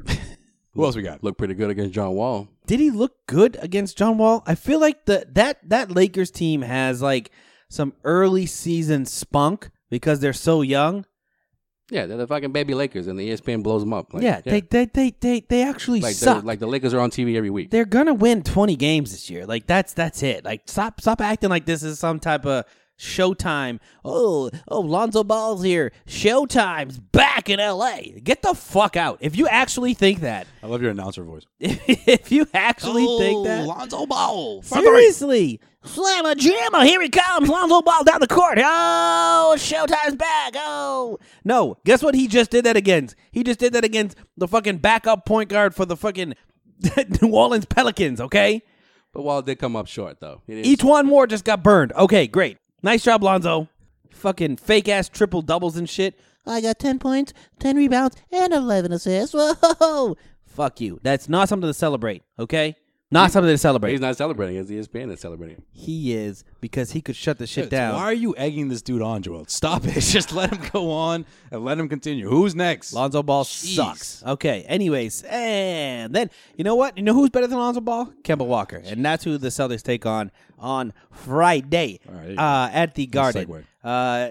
S7: Who else we got?
S6: Looked pretty good against John Wall.
S5: did he look good against John Wall? I feel like the that that Lakers team has like some early season spunk because they're so young.
S6: Yeah, they're the fucking baby Lakers, and the E ESPN blows them up. Like,
S5: yeah, They, they they they they actually
S6: like, they're-
S5: suck.
S6: like the Lakers are on TV every week.
S5: they're gonna win 20 games this year like that's that's it like stop stop acting like this is some type of showtime oh oh lonzo ball's here showtime's back in la get the fuck out if you actually think that
S7: I love your announcer voice. Oh,
S5: if you actually think
S6: Oh,
S5: that
S7: Lonzo Ball.
S5: seriously slamma jamma here he comes lonzo ball down the court oh showtime's back oh no guess what he just did that against he just did that against the fucking backup point guard for the fucking new orleans pelicans okay
S6: But Wall did come up short, though. He didn't-
S5: Each one more just got burned. Okay, great. Nice job, Lonzo. fucking fake ass triple doubles and shit. I got 10 points, 10 rebounds, and 11 assists. Whoa! Fuck you. That's not something to celebrate, okay? Not something to celebrate.
S6: He's not celebrating.
S7: E
S6: It's ESPN that's celebrating.
S5: He is because he could shut the shit
S7: Dudes,
S5: down.
S7: Why are you egging this dude on, Joel? Stop it. Just let him go on and let him continue. Who's next? Uh,
S5: Lonzo Ball sucks. Okay. Anyways, and then you know what? You know who's better than Lonzo Ball? Kemba Walker, and that's who the Celtics take on on Friday
S7: you
S5: uh, at the Garden. Uh,
S7: Uh,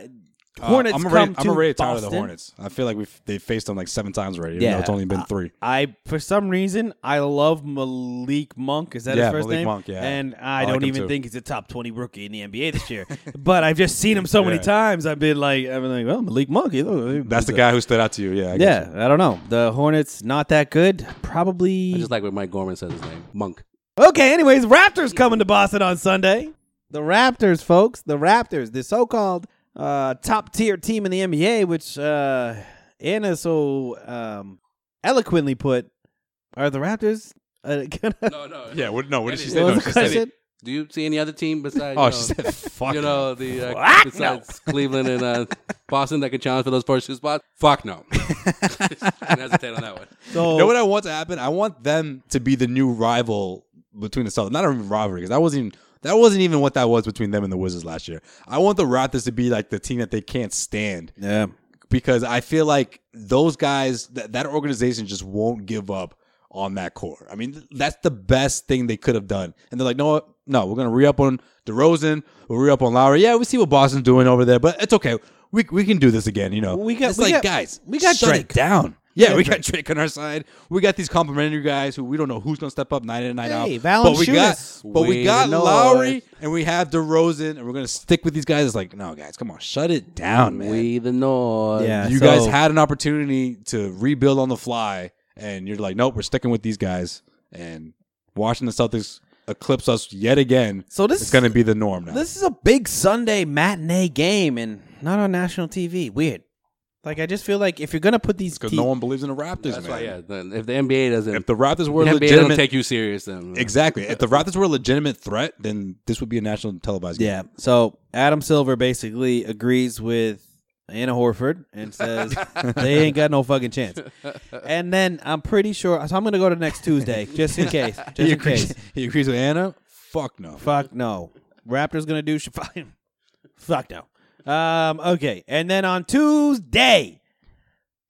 S5: Hornets
S7: I'm
S5: come
S7: already, I'm
S5: to
S7: already tired of
S5: Boston.
S7: the Hornets. I feel like we've they faced them like seven times already. Yeah,
S5: Yeah, Uh,
S7: it's only been three.
S5: I for some reason I love Malik Monk. Is that
S7: Yeah,
S5: his first
S7: Malik
S5: name?
S7: Monk, yeah.
S5: And
S7: I
S5: I,
S7: like
S5: don't
S7: him
S5: even
S7: too.
S5: think he's a top twenty rookie in the NBA this year. but I've just seen him so many
S7: Yeah.
S5: times. I've been like, I've been like, well, Malik Monk. he-
S7: That's the guy who stood out to you. Yeah, I guess.
S5: Yeah, I don't know. The Hornets not that good. Probably.
S6: I just like when Mike Gorman says his name, Monk.
S5: Okay, anyways, Raptors coming to Boston on Sunday. The Raptors, folks, the Raptors, the so-called uh, top-tier team in the NBA, which uh, Anna so um, eloquently put, are the Raptors uh, gonna?
S6: No, no.
S7: Yeah, what- no, what did she
S6: Eddie,
S7: say? No,
S5: was
S7: she
S5: the
S7: said it.
S5: question?
S6: Do you see any other team besides?
S7: Oh,
S6: you
S7: she
S6: know,
S7: said, "Fuck
S6: You know the uh,
S5: Fuck no.
S6: besides Cleveland and uh, Boston that can challenge for those first two spots. Fuck no. Can hesitate on that one.
S5: So
S7: You know what I want to happen? I want them to be the new rival between the Celtics. Not a rivalry because that wasn't even, that wasn't even what that was between them and the Wizards last year. I want the Raptors to be like the team that they can't stand
S5: yeah,
S7: because I feel like those guys that that organization just won't give up on that core. I mean, th- that's the best thing they could have done. And they're like, no, what? no, we're gonna re up on DeRozan. We'll re up on Lowry. Yeah, we see what Boston's doing over there, but it's okay. We, we can do this again, you know.
S5: We got-
S7: it's
S5: we
S7: like
S5: got-
S7: guys.
S5: we got
S7: shut
S5: Drake.
S7: it down. Yeah, we got Drake on our side. We got these complimentary guys who we don't know who's gonna step up night in and night
S5: Hey,
S7: out. But we got,
S5: Valanciunas.
S7: but we
S6: We
S7: got
S6: know
S7: Lowry and we have DeRozan, and we're gonna stick with these guys. It's like, no, guys, come on, shut it down, man
S6: We the North.
S5: yeah.
S7: you
S5: so-
S7: guys had an opportunity to rebuild on the fly, and you're like, nope, we're sticking with these guys. And watching the Celtics eclipse us yet again,
S5: So this
S7: it's going to be the norm now.
S5: This is a big Sunday matinee game and not on national TV. Weird. Like I just feel like if you're gonna put these
S7: because
S5: te-
S7: no one believes in the Raptors,
S6: That's
S7: man.
S6: why. Yeah. then If the NBA doesn't,
S7: If the Raptors
S6: the
S7: were
S6: NBA
S7: legitimate,
S6: don't take you serious, then uh,
S7: exactly. If the Raptors were a legitimate threat, then this would be a national televised game.
S5: Yeah. So Adam Silver basically agrees with Anna Horford and says they ain't got no fucking chance. And then I'm pretty sure. So I'm gonna go to next Tuesday just in case. Just
S7: he,
S5: in
S7: agrees,
S5: case.
S7: he agrees with Anna. Fuck no.
S5: Fuck no. Raptors gonna do sh- Fuck no. Um. Okay. And then on Tuesday,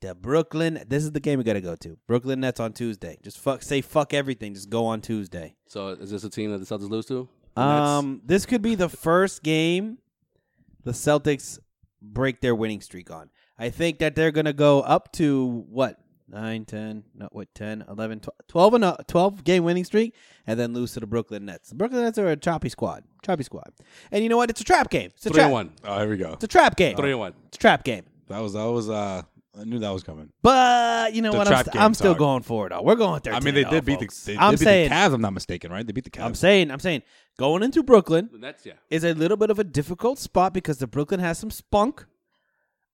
S5: the Brooklyn. This is the game we gotta go to. Brooklyn Nets on Tuesday. Just fuck. Say fuck everything. Just go on Tuesday.
S6: So is this a team that the Celtics lose to? The Nets?
S5: Um, this could be the first game the Celtics break their winning streak on. I think that they're going to go up to what? 9, 10, not what, 10, 11, 12, 12, and a 12 game winning streak, and then lose to the Brooklyn Nets. The Brooklyn Nets are a choppy squad. Choppy squad. And you know what? It's a trap game. It's a
S6: three
S5: trap.
S6: and one.
S7: Oh, here we go.
S5: It's a trap game.
S6: Three and one.
S5: It's a trap game.
S7: That was that was. uh I knew that was coming.
S5: But you know
S7: The
S5: what? I'm,
S7: trap
S5: st-
S7: game
S5: I'm still
S7: talk.
S5: going for it. Though. We're going 13.
S7: I mean, they
S5: though,
S7: did beat the,
S5: folks.
S7: they did
S5: I'm
S7: beat
S5: saying,
S7: the Cavs. I'm not mistaken, right? They beat the Cavs.
S5: I'm saying, I'm saying, going into Brooklyn,
S6: The Nets, yeah.
S5: is a little bit of a difficult spot because the Brooklyn has some spunk.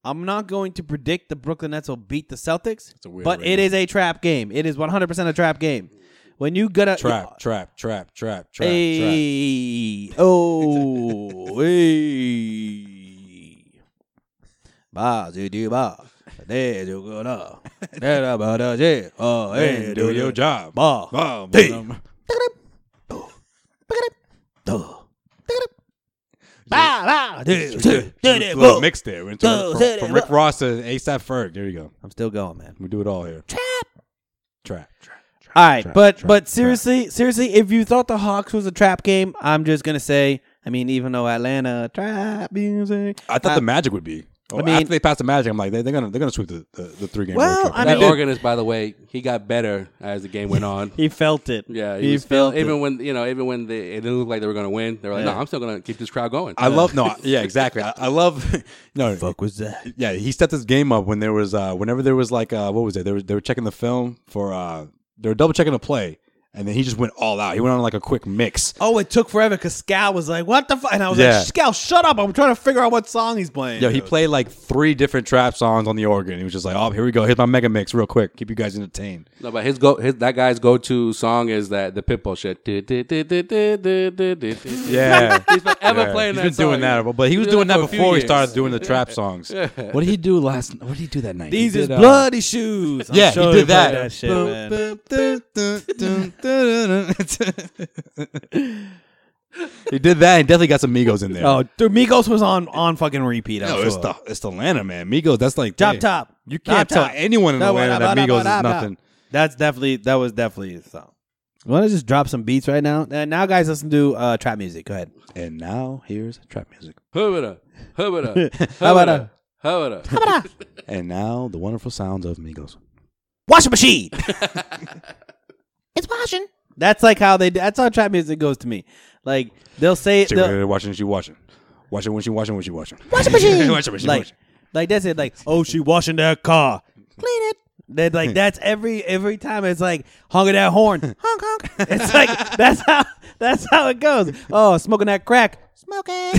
S5: I'm not going to predict the Brooklyn Nets will beat the Celtics,
S7: a weird
S5: but it
S7: rating.
S5: is a trap game. It is 100% a trap game. When you gotta
S7: trap, trap, trap, trap, trap, trap.
S5: hey, oh, hey, Ba, zi, di, ba. De, du, gu, da. De, da, ba, da, zi. Oh, hey,
S7: do your job.
S5: Ba,
S7: Bum,
S5: Hey.
S7: bum.
S5: do. Ba, ba, di, zi. Di, di,
S7: It's a little
S5: bu.
S7: mix there. We went
S5: Boom.
S7: from, from Rick Ross to ASAP Ferg. There you go.
S5: I'm still going, man.
S7: We do it all here. Trap. Trap.
S5: All right,
S7: Trap,
S5: but
S7: trap,
S5: but seriously, seriously, if you thought the Hawks was a trap game, I'm just gonna say, I mean, even though Atlanta trap music,
S7: I thought
S5: Uh,
S7: the Magic would be. Oh,
S5: mean-
S7: after they pass the Magic, I'm like they, they're gonna they're gonna sweep the, the, the three game.
S5: Well,
S7: road trip.
S5: I
S6: That
S5: mean-
S6: organist, by the way, he got better as the game went on.
S5: he felt it.
S6: Yeah,
S5: he,
S6: was still,
S5: felt it.
S6: even when you know, even when they, it didn't look like they were going to win, they were like, "No, I'm still going to keep this crowd going."
S7: I love no. I- Yeah, exactly. I, I love no.
S5: Fuck was that?
S7: Yeah, he stepped his game up when there was uh whenever there was like uh what was it? They were they were checking the film for uh they were double checking the play and then he just went all out. He went on like a quick mix.
S5: Oh, it took forever because Scal was like, "What the fuck?" And I was
S7: Yeah.
S5: like, "Scal, shut up! I'm trying to figure out what song he's playing."
S7: Yo, he played like three different trap songs on the organ. He was just like, "Oh, here we go. Here's my mega mix, real quick. Keep you guys entertained."
S6: No, but his go his that guy's go to song is that the Pitbull shit.
S7: Yeah,
S6: he's forever
S7: Yeah.
S6: playing
S7: He's
S6: that.
S7: been doing
S6: song.
S7: that, but he was
S6: He's
S7: doing that
S6: for a few
S7: before he
S6: years.
S7: started doing the trap songs.
S6: Yeah.
S7: What did he do last? What did he do that night?
S5: These
S7: he
S5: is
S7: did, uh,
S5: bloody shoes. I'm
S7: yeah,
S5: sure
S7: he did
S5: played
S7: that.
S5: shit,
S7: Boom,
S5: man.
S7: boom, dun, dun, dun, dun, dun, dun. he did that and definitely got some Migos in there.
S5: Oh, dude, Migos was on on fucking repeat. I'm
S7: no,
S5: sure.
S7: it's the it's the Atlanta man. Migos, that's like
S5: Top
S7: hey,
S5: top.
S7: You can't
S5: Top
S7: tell
S5: top.
S7: anyone in
S5: Top,
S7: Atlanta
S5: top,
S7: that
S5: top,
S7: Migos is
S5: top, top.
S7: nothing.
S5: That's definitely that was definitely his song. Want to just drop some beats right now? And now, guys, listen to uh, trap music. Go ahead.
S7: And now here's trap music.
S6: Hubada, hubada,
S5: Hubada.
S6: hubada, hubada.
S7: And now the wonderful sounds of Migos.
S5: Washing machine. it's washing. That's like how they. That's how trap music goes to me. Like they'll say
S7: She
S5: they'll,
S7: watching, she watching. Watching when she watching, when she watching.
S5: washing machine.
S7: Washing machine,
S5: Like,
S7: washing.
S5: like that's it. Like oh, she washing that car. Clean it. They're like that's every every time. It's like honking that horn. honk honk. It's like that's how that's how it goes. Oh, smoking that crack. Smoking.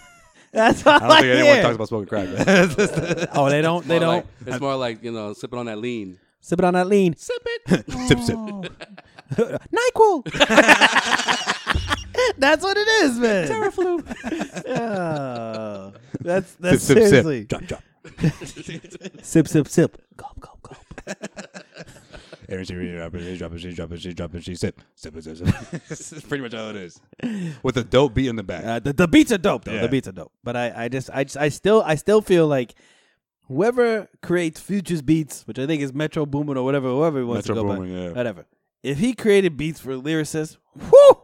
S5: that's all I,
S7: I don't think anyone
S5: hear.
S7: talks about smoking crack. That's just-
S5: Oh, they don't. They
S6: More
S5: don't.
S6: like- It's more like you know sipping on that lean.
S5: Sip it on that lean.
S6: Sip it.
S7: sip, sip.
S5: Oh, Nyquil. that's what it is, man. Terraflu. That's that's
S7: sip, sip,
S5: seriously.
S7: sip. Drop, drop.
S5: Sip sip sip. Gulp gulp gulp.
S7: Aaron, she really drop it, she drop it, she drop it, she drop it, she sip, sip, it, sip, sip. This is pretty much how it is. With a dope beat in the back.
S5: Uh, the, the beats are dope though.
S7: Yeah.
S5: The beats are dope. But I I just I just I still I still feel like whoever creates Future's beats, which I think is Metro Boomin or whatever whoever he wants
S7: Metro
S5: to go by,
S7: Boomin, yeah.
S5: whatever. If he created beats for lyricists, whoo,
S7: oh,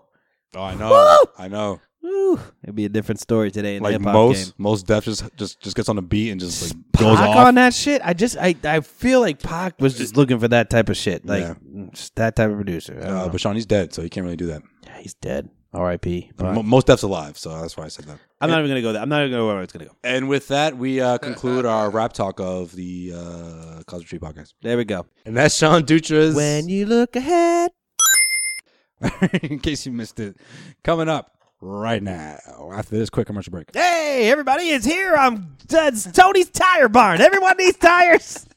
S7: I know.
S5: Woo!
S7: I know.
S5: woo, it'd be a different story today in the
S7: Like
S5: hip hop
S7: most,
S5: game.
S7: most Def just, just just gets on a beat and just like goes
S5: Pac
S7: off.
S5: on that shit. I just I I feel like Pac was just looking for that type of shit, like just that type of producer. I don't
S7: Uh,
S5: know.
S7: but Sean, he's dead, so he can't really do that.
S5: Yeah, he's dead. R.I.P. Pac.
S7: Mo- Most Def's alive, so that's why I said that.
S5: I'm not even gonna go there. I'm not even gonna go where it's gonna go.
S7: And with that, we uh, conclude our rap talk of the uh, Cosmic Tree podcast.
S5: There we go.
S7: And that's Sean Dutra's.
S5: When you look ahead,
S7: in case you missed it, coming up right now after this quick commercial break.
S5: hey everybody, it's here. I'm that's Tony's Tire Barn. Everyone needs tires.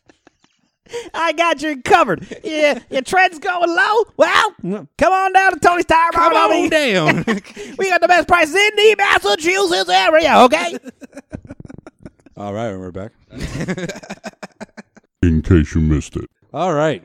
S5: I got you covered. Yeah, your trend's going low. Well, come on down to Tony's Tire Barn.
S7: Come
S5: I
S7: on
S5: mean,
S7: down.
S5: we got the best prices in the Massachusetts area. Okay.
S7: All right, and we're back.
S13: In case you missed it.
S7: All right.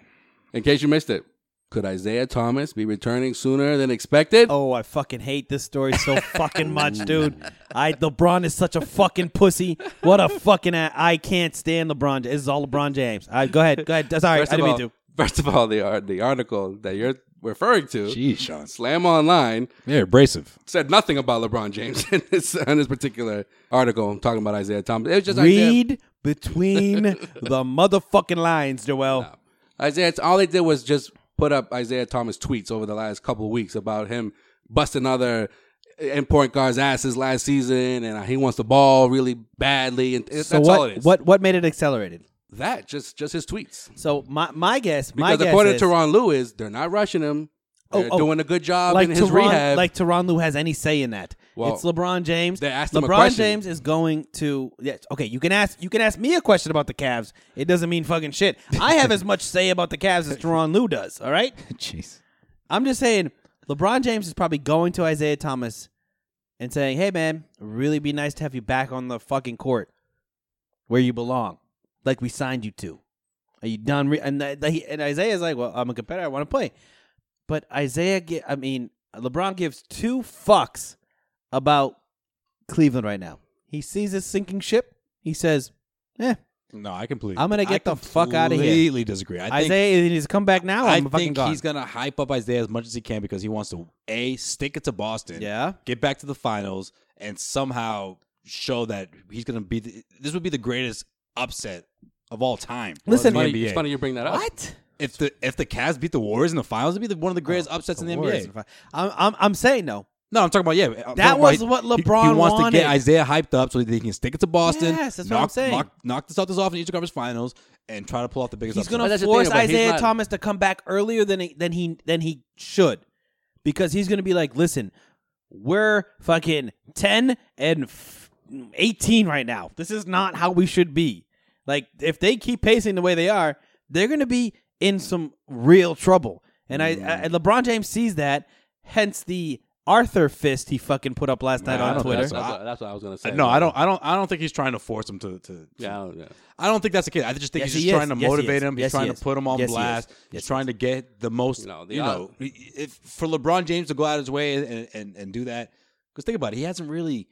S6: In case you missed it, could Isaiah Thomas be returning sooner than expected?
S5: Oh, I fucking hate this story so fucking much, dude. I LeBron is such a fucking pussy. What a fucking a- I can't stand LeBron. This is all LeBron James. All right, go ahead, go ahead. Sorry, I
S6: of
S5: didn't
S6: all,
S5: mean to.
S6: First of all, the ar- the article that you're referring to,
S7: Jeez, Sean.
S6: Slam Online,
S7: You're abrasive.
S6: said nothing about LeBron James in this, in this particular article. I'm talking about Isaiah Thomas. It was just Isaiah.
S5: Read between the motherfucking lines, Joel.
S6: Isaiah. it's- All they did was just put up Isaiah Thomas tweets over the last couple of weeks about him busting other important guards' asses last season, and he wants the ball really badly. And it-
S5: So
S6: that's
S5: what?
S6: all it is.
S5: What? What made it accelerated?
S6: that just just his tweets.
S5: So my my guess, my
S6: Because
S5: guess
S6: according
S5: is,
S6: to Ron Lewis, they're not rushing him.
S5: Oh,
S6: They're
S5: oh.
S6: doing a good job
S5: like
S6: in his
S5: Teron,
S6: rehab.
S5: like Teron Lou has any say in that.
S6: Well,
S5: it's LeBron James.
S6: they asked him a
S5: LeBron
S6: question.
S5: James is going to yes. Okay, you can ask you can ask me a question about the Cavs. It doesn't mean fucking shit. I have as much say about the Cavs as Teron Lou does. All right,
S7: Jeez.
S5: I'm just saying LeBron James is probably going to Isaiah Thomas and saying, "Hey man, really be nice to have you back on the fucking court where you belong, like we signed you to. Are you done?" Re-? And that- that he- and Isaiah's like, "Well, I'm a competitor. I want to play." But Isaiah, gi- I mean, LeBron gives two fucks about Cleveland right now. He sees this sinking ship. He says, "Eh,
S7: No, I completely.
S5: I'm gonna get
S7: I
S5: the fuck outta here.
S7: Completely disagree. I think,
S5: Isaiah needs to come back now.
S7: I
S5: I'm fucking
S7: think
S5: gone."
S7: he's gonna hype up Isaiah as much as he can because he wants to a stick it to Boston.
S5: yeah,
S7: Get back to the finals and somehow show that he's gonna be. The, this would be the greatest upset of all time.
S5: Listen,
S7: in the
S6: funny,
S7: NBA.
S6: it's funny you bring that up.
S5: what?
S7: if
S6: Oh,
S7: the if the Cavs beat the Warriors in the finals, it'd be the, one of the greatest upsets in the NBA.
S5: Warriors in fi- I'm, I'm, I'm saying no.
S7: No, I'm talking about yeah. I'm talking about
S5: was
S7: he-
S5: what
S7: he- He,
S5: LeBron
S7: wants to
S5: wanted.
S7: get Isaiah hyped up so that he can stick it to Boston.
S5: Yes, that's what
S7: knock,
S5: I'm saying.
S7: Knock, knock the Celtics off in the Eastern Conference Finals and try to pull off the biggest.
S5: He's
S7: upset.
S5: going to force Isaiah Thomas to come back earlier than he, than he than he should, because he's going to be like, listen, we're fucking ten and f- eighteen right now. This is not how we should be. Like if they keep pacing the way they are, they're going to be in some real trouble. And I, I LeBron James sees that, hence the Arthur fist he fucking put up last night
S6: I
S5: on
S6: don't-
S5: Twitter.
S6: That's what, I- that's what I was gonna say.
S7: No, I don't. I don't. I don't think he's trying to force him to. to
S6: Yeah, I don't know.
S7: I don't think that's the case. I just think he's
S5: Yes,
S7: just
S5: he is.
S7: trying to
S5: Yes, he
S7: motivate
S5: is.
S7: him. He's
S5: Yes, he
S7: trying to
S5: is.
S7: put him on
S5: Yes, he is.
S7: blast.
S5: Yes, he
S7: he's
S5: is.
S7: trying to get the most.
S6: No, the
S7: you know, if for LeBron James to go out his way and and, and do that, because think about it, he hasn't really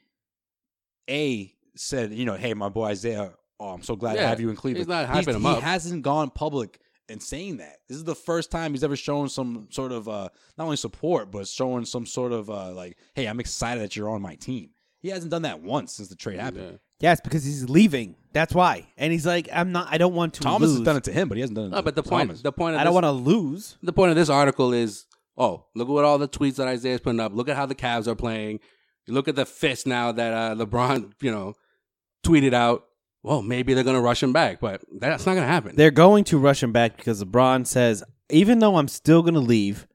S7: a said you know, hey, my boy Isaiah, oh, I'm so glad to
S6: Yeah,
S7: have you in Cleveland.
S6: he's not hyping him
S7: he
S6: up.
S7: hasn't gone public and saying that. This is the first time he's ever shown some sort of uh not only support but showing some sort of uh like, hey, I'm excited that you're on my team. He hasn't done that once since the trade happened.
S5: Yes, because he's leaving. That's why. And he's like, I'm not. I don't want to.
S7: Thomas
S5: lose.
S7: has done it to him, but he hasn't done it.
S6: No,
S7: to
S6: but the point,
S7: Thomas.
S6: the point. Of
S5: I don't
S6: this-
S5: want to lose.
S6: The point of this article is, oh, look at all the tweets that Isaiah's putting up. Look at how the Cavs are playing. You look at the fist now that uh, LeBron, you know, tweeted out. Well, maybe they're gonna rush him back, but that's not gonna happen.
S5: They're going to rush him back because LeBron says, even though I'm still going to leave,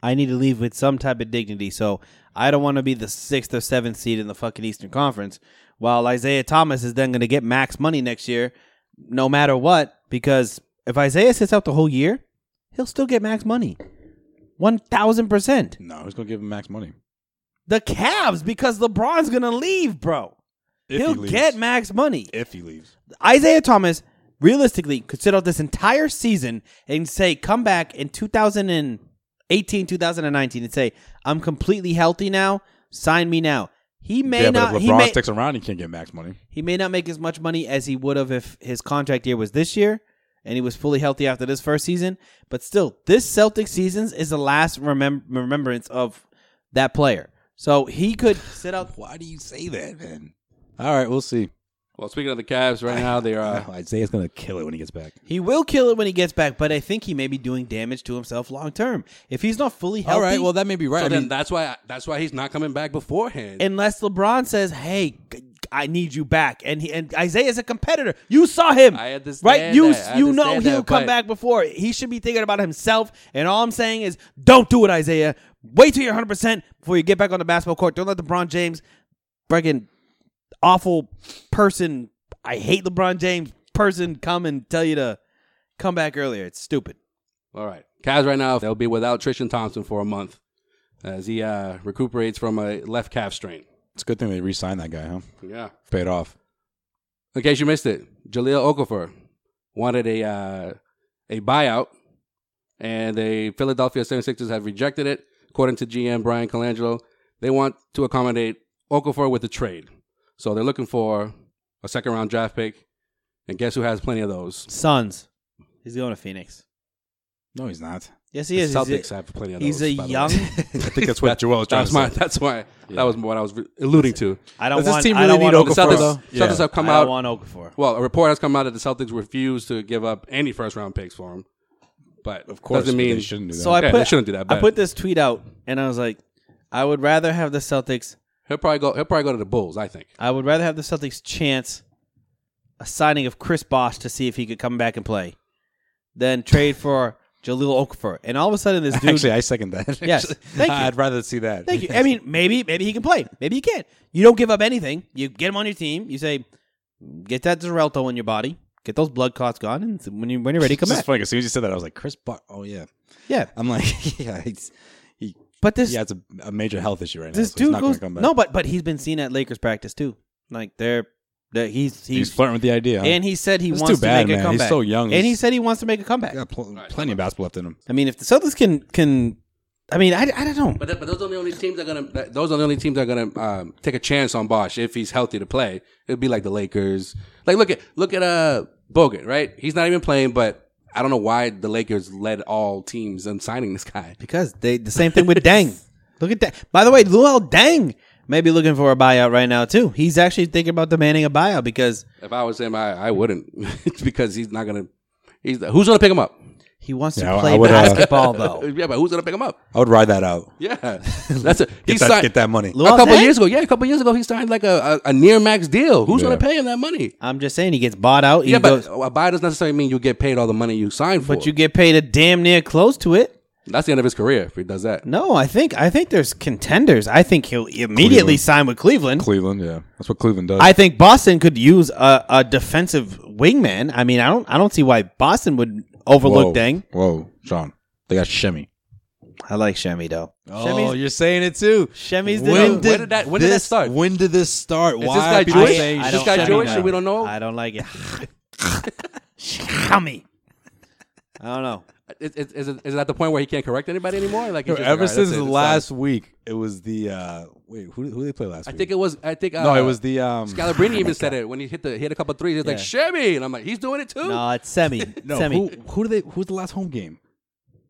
S5: I need to leave with some type of dignity. So I don't want to be the sixth or seventh seed in the fucking Eastern Conference. While Isaiah Thomas is then going to get max money next year, no matter what, because if Isaiah sits out the whole year, he'll still get max money. 1000%.
S7: no, he's gonna give him max money.
S5: The Cavs, because LeBron's going to leave, bro.
S7: If he
S5: he'll
S7: leaves.
S5: get max money.
S7: if he leaves.
S5: Isaiah Thomas realistically could sit out this entire season and say, come back in 2018, 2019 and say, I'm completely healthy now. Sign me now. He may
S7: yeah,
S5: not.
S7: but if
S5: He
S7: LeBron
S5: may,
S7: sticks around, he can't get max money.
S5: he may not make as much money as he would have if his contract year was this year and he was fully healthy after this first season. But still, this Celtic seasons is the last remem- remembrance of that player. So he could sit out.
S7: Why do you say that, man? All right, we'll see.
S6: well, speaking of the Cavs, right now they are.
S7: Oh, Isaiah's gonna kill it when he gets back.
S5: He will kill it when he gets back, but I think he may be doing damage to himself long term. If he's not fully healthy,
S7: All right, well that may be right.
S6: So
S7: I
S6: then
S7: mean,
S6: that's why that's why he's not coming back beforehand.
S5: unless LeBron says, "Hey, g- I need you back," and he, and Isaiah's a competitor. You saw him,
S6: I understand
S5: right? You
S6: that. I
S5: you know
S6: understand
S5: he'll
S6: that,
S5: come
S6: but-
S5: back before. He should be thinking about himself. And all I'm saying is, don't do it, Isaiah. Wait till you're 100 percent before you get back on the basketball court. Don't let LeBron James, freaking awful person. I hate LeBron James person come and tell you to come back earlier. It's stupid.
S6: All right. Cavs right now, they'll be without Trishan Thompson for a month as he uh, recuperates from a left calf strain.
S7: it's a good thing they re-signed that guy, huh?
S6: Yeah.
S7: Paid off.
S6: In case you missed it, Jaleel Okafor wanted a, uh, a buyout, and the Philadelphia 76ers have rejected it. According to GM Brian Colangelo, they want to accommodate Okafor with a trade. So they're looking for a second round draft pick. And guess who has plenty of those?
S5: Sons, he's going to Phoenix.
S7: No, he's not.
S5: Yes, he
S6: The
S5: is. He's a-
S6: Celtics have plenty of those.
S5: he's a
S6: by the way.
S5: young
S7: I think that's what Joel was trying
S6: That's
S7: to
S6: my.
S7: say.
S6: That's why. That was what I was re- alluding to.
S5: I don't
S7: Does this
S5: want.
S7: team
S5: I don't
S7: really
S5: want
S7: need
S5: Okafor,
S7: Okafor,
S6: Celtics,
S5: though.
S7: though? Yeah.
S6: Celtics have come
S5: I
S6: out.
S5: don't want Okafor.
S6: well, a report has come out that the Celtics refuse to give up any first round picks for him. But
S7: Of course,
S6: doesn't
S7: but
S6: mean
S7: they shouldn't do that.
S5: So I
S6: Yeah,
S5: put
S6: they shouldn't do that,
S5: I
S6: but-
S5: put this tweet out, and I was like, I would rather have the Celtics.
S6: he'll probably go. He'll probably go to the Bulls. I think.
S5: I would rather have the Celtics chance a signing of Chris Bosh to see if he could come back and play, than trade for Jaleel Okafor. And all of a sudden, this dude.
S7: actually, I second that.
S5: Yes.
S7: actually.
S5: Thank you.
S7: I'd rather see that.
S5: Thank you. I mean, maybe maybe he can play. Maybe he can't. You don't give up anything. You get him on your team. You say, get that Zarelto in your body. Get those blood clots gone, and when you when you're ready,
S7: It's
S5: come
S7: just
S5: back.
S7: funny. 'cause As soon as you said that, I was like, Chris Buck. Oh yeah.
S5: Yeah,
S7: I'm like, yeah, he's, he
S5: but this
S7: he has a, a major health issue right now.
S5: this
S7: so he's
S5: dude
S7: not
S5: goes
S7: gonna come back.
S5: no, but but he's been seen at Lakers practice too. Like they're, they're he's he's,
S7: he's, flirting with the idea. huh?
S5: and he said he
S7: That's
S5: wants
S7: too bad,
S5: to make a
S7: man.
S5: comeback.
S7: He's so young.
S5: and he
S7: He's-
S5: said he wants to make a comeback.
S7: He got pl- plenty of basketball left in him.
S5: I mean, if the Celtics can can, I mean, I, I don't know.
S6: But, th- but those are the only teams that are gonna. that- Those are the only teams that are gonna um, take a chance on Bosch if he's healthy to play. It'd be like the Lakers. Like look at look at uh Bogut. Right, he's not even playing, but. I don't know why the Lakers led all teams in signing this guy.
S5: Because they the same thing with Dang. Look at that. By the way, Luol Dang may be looking for a buyout right now too. He's actually thinking about demanding a buyout because
S6: If I was him, I, I wouldn't because he's not gonna. He's who's gonna pick him up?
S5: He wants
S1: Yeah, I-
S5: to play
S1: I would, uh,
S5: basketball though.
S7: yeah, but who's gonna pick him up?
S1: I would ride that out.
S7: Yeah, that's a
S1: Get that- get that money.
S7: A
S1: Luol
S7: couple
S1: Deng?
S7: years ago, yeah, a couple years ago, he signed like a, a, a near max deal. Who's
S5: Yeah.
S7: gonna pay him that money?
S5: I'm just saying he gets bought out. He
S7: yeah,
S5: goes,
S7: but a buy doesn't necessarily mean you get paid all the money you signed for.
S5: but you get paid a damn near close to it.
S7: that's the end of his career if he does that.
S5: No, I think I think there's contenders. I think he'll immediately
S1: Cleveland.
S5: sign with Cleveland.
S1: Cleveland, yeah, that's what Cleveland does.
S5: I think Boston could use a, a defensive wingman. I mean, I don't I don't see why Boston would overlook
S1: Whoa.
S5: Deng.
S1: Whoa, Sean, they got Shemmy.
S5: I like Shemi though.
S1: Oh, you're saying it too.
S5: Shemi's the
S1: When
S5: dude.
S1: did,
S7: When did that- when did that
S1: this-
S7: start?
S1: When did this start?
S7: this
S1: Why
S7: guy
S1: are people
S7: Jewish?
S1: saying Shemmy?
S7: I don't- This guy
S5: Shemi,
S7: Jewish
S5: no.
S7: and we don't know?
S5: I don't like it. Shami. I don't know.
S7: Is, is, is, it, is it at the point where he can't correct anybody anymore? Like he's
S1: Yo,
S7: just like,
S1: ever
S7: "All right,
S1: since
S7: that's it,
S1: the
S7: it's
S1: last week, it was the uh, wait who who they play last
S7: done." I
S1: week?
S7: think it was. I think uh,
S1: no, it was the um,
S7: Scalabrini even said it when he hit the he hit a couple threes. He's like Shemmy, and I'm like, he's doing it too.
S5: No, it's Semi.
S1: no
S5: Semi.
S1: who who did they who was the last home game?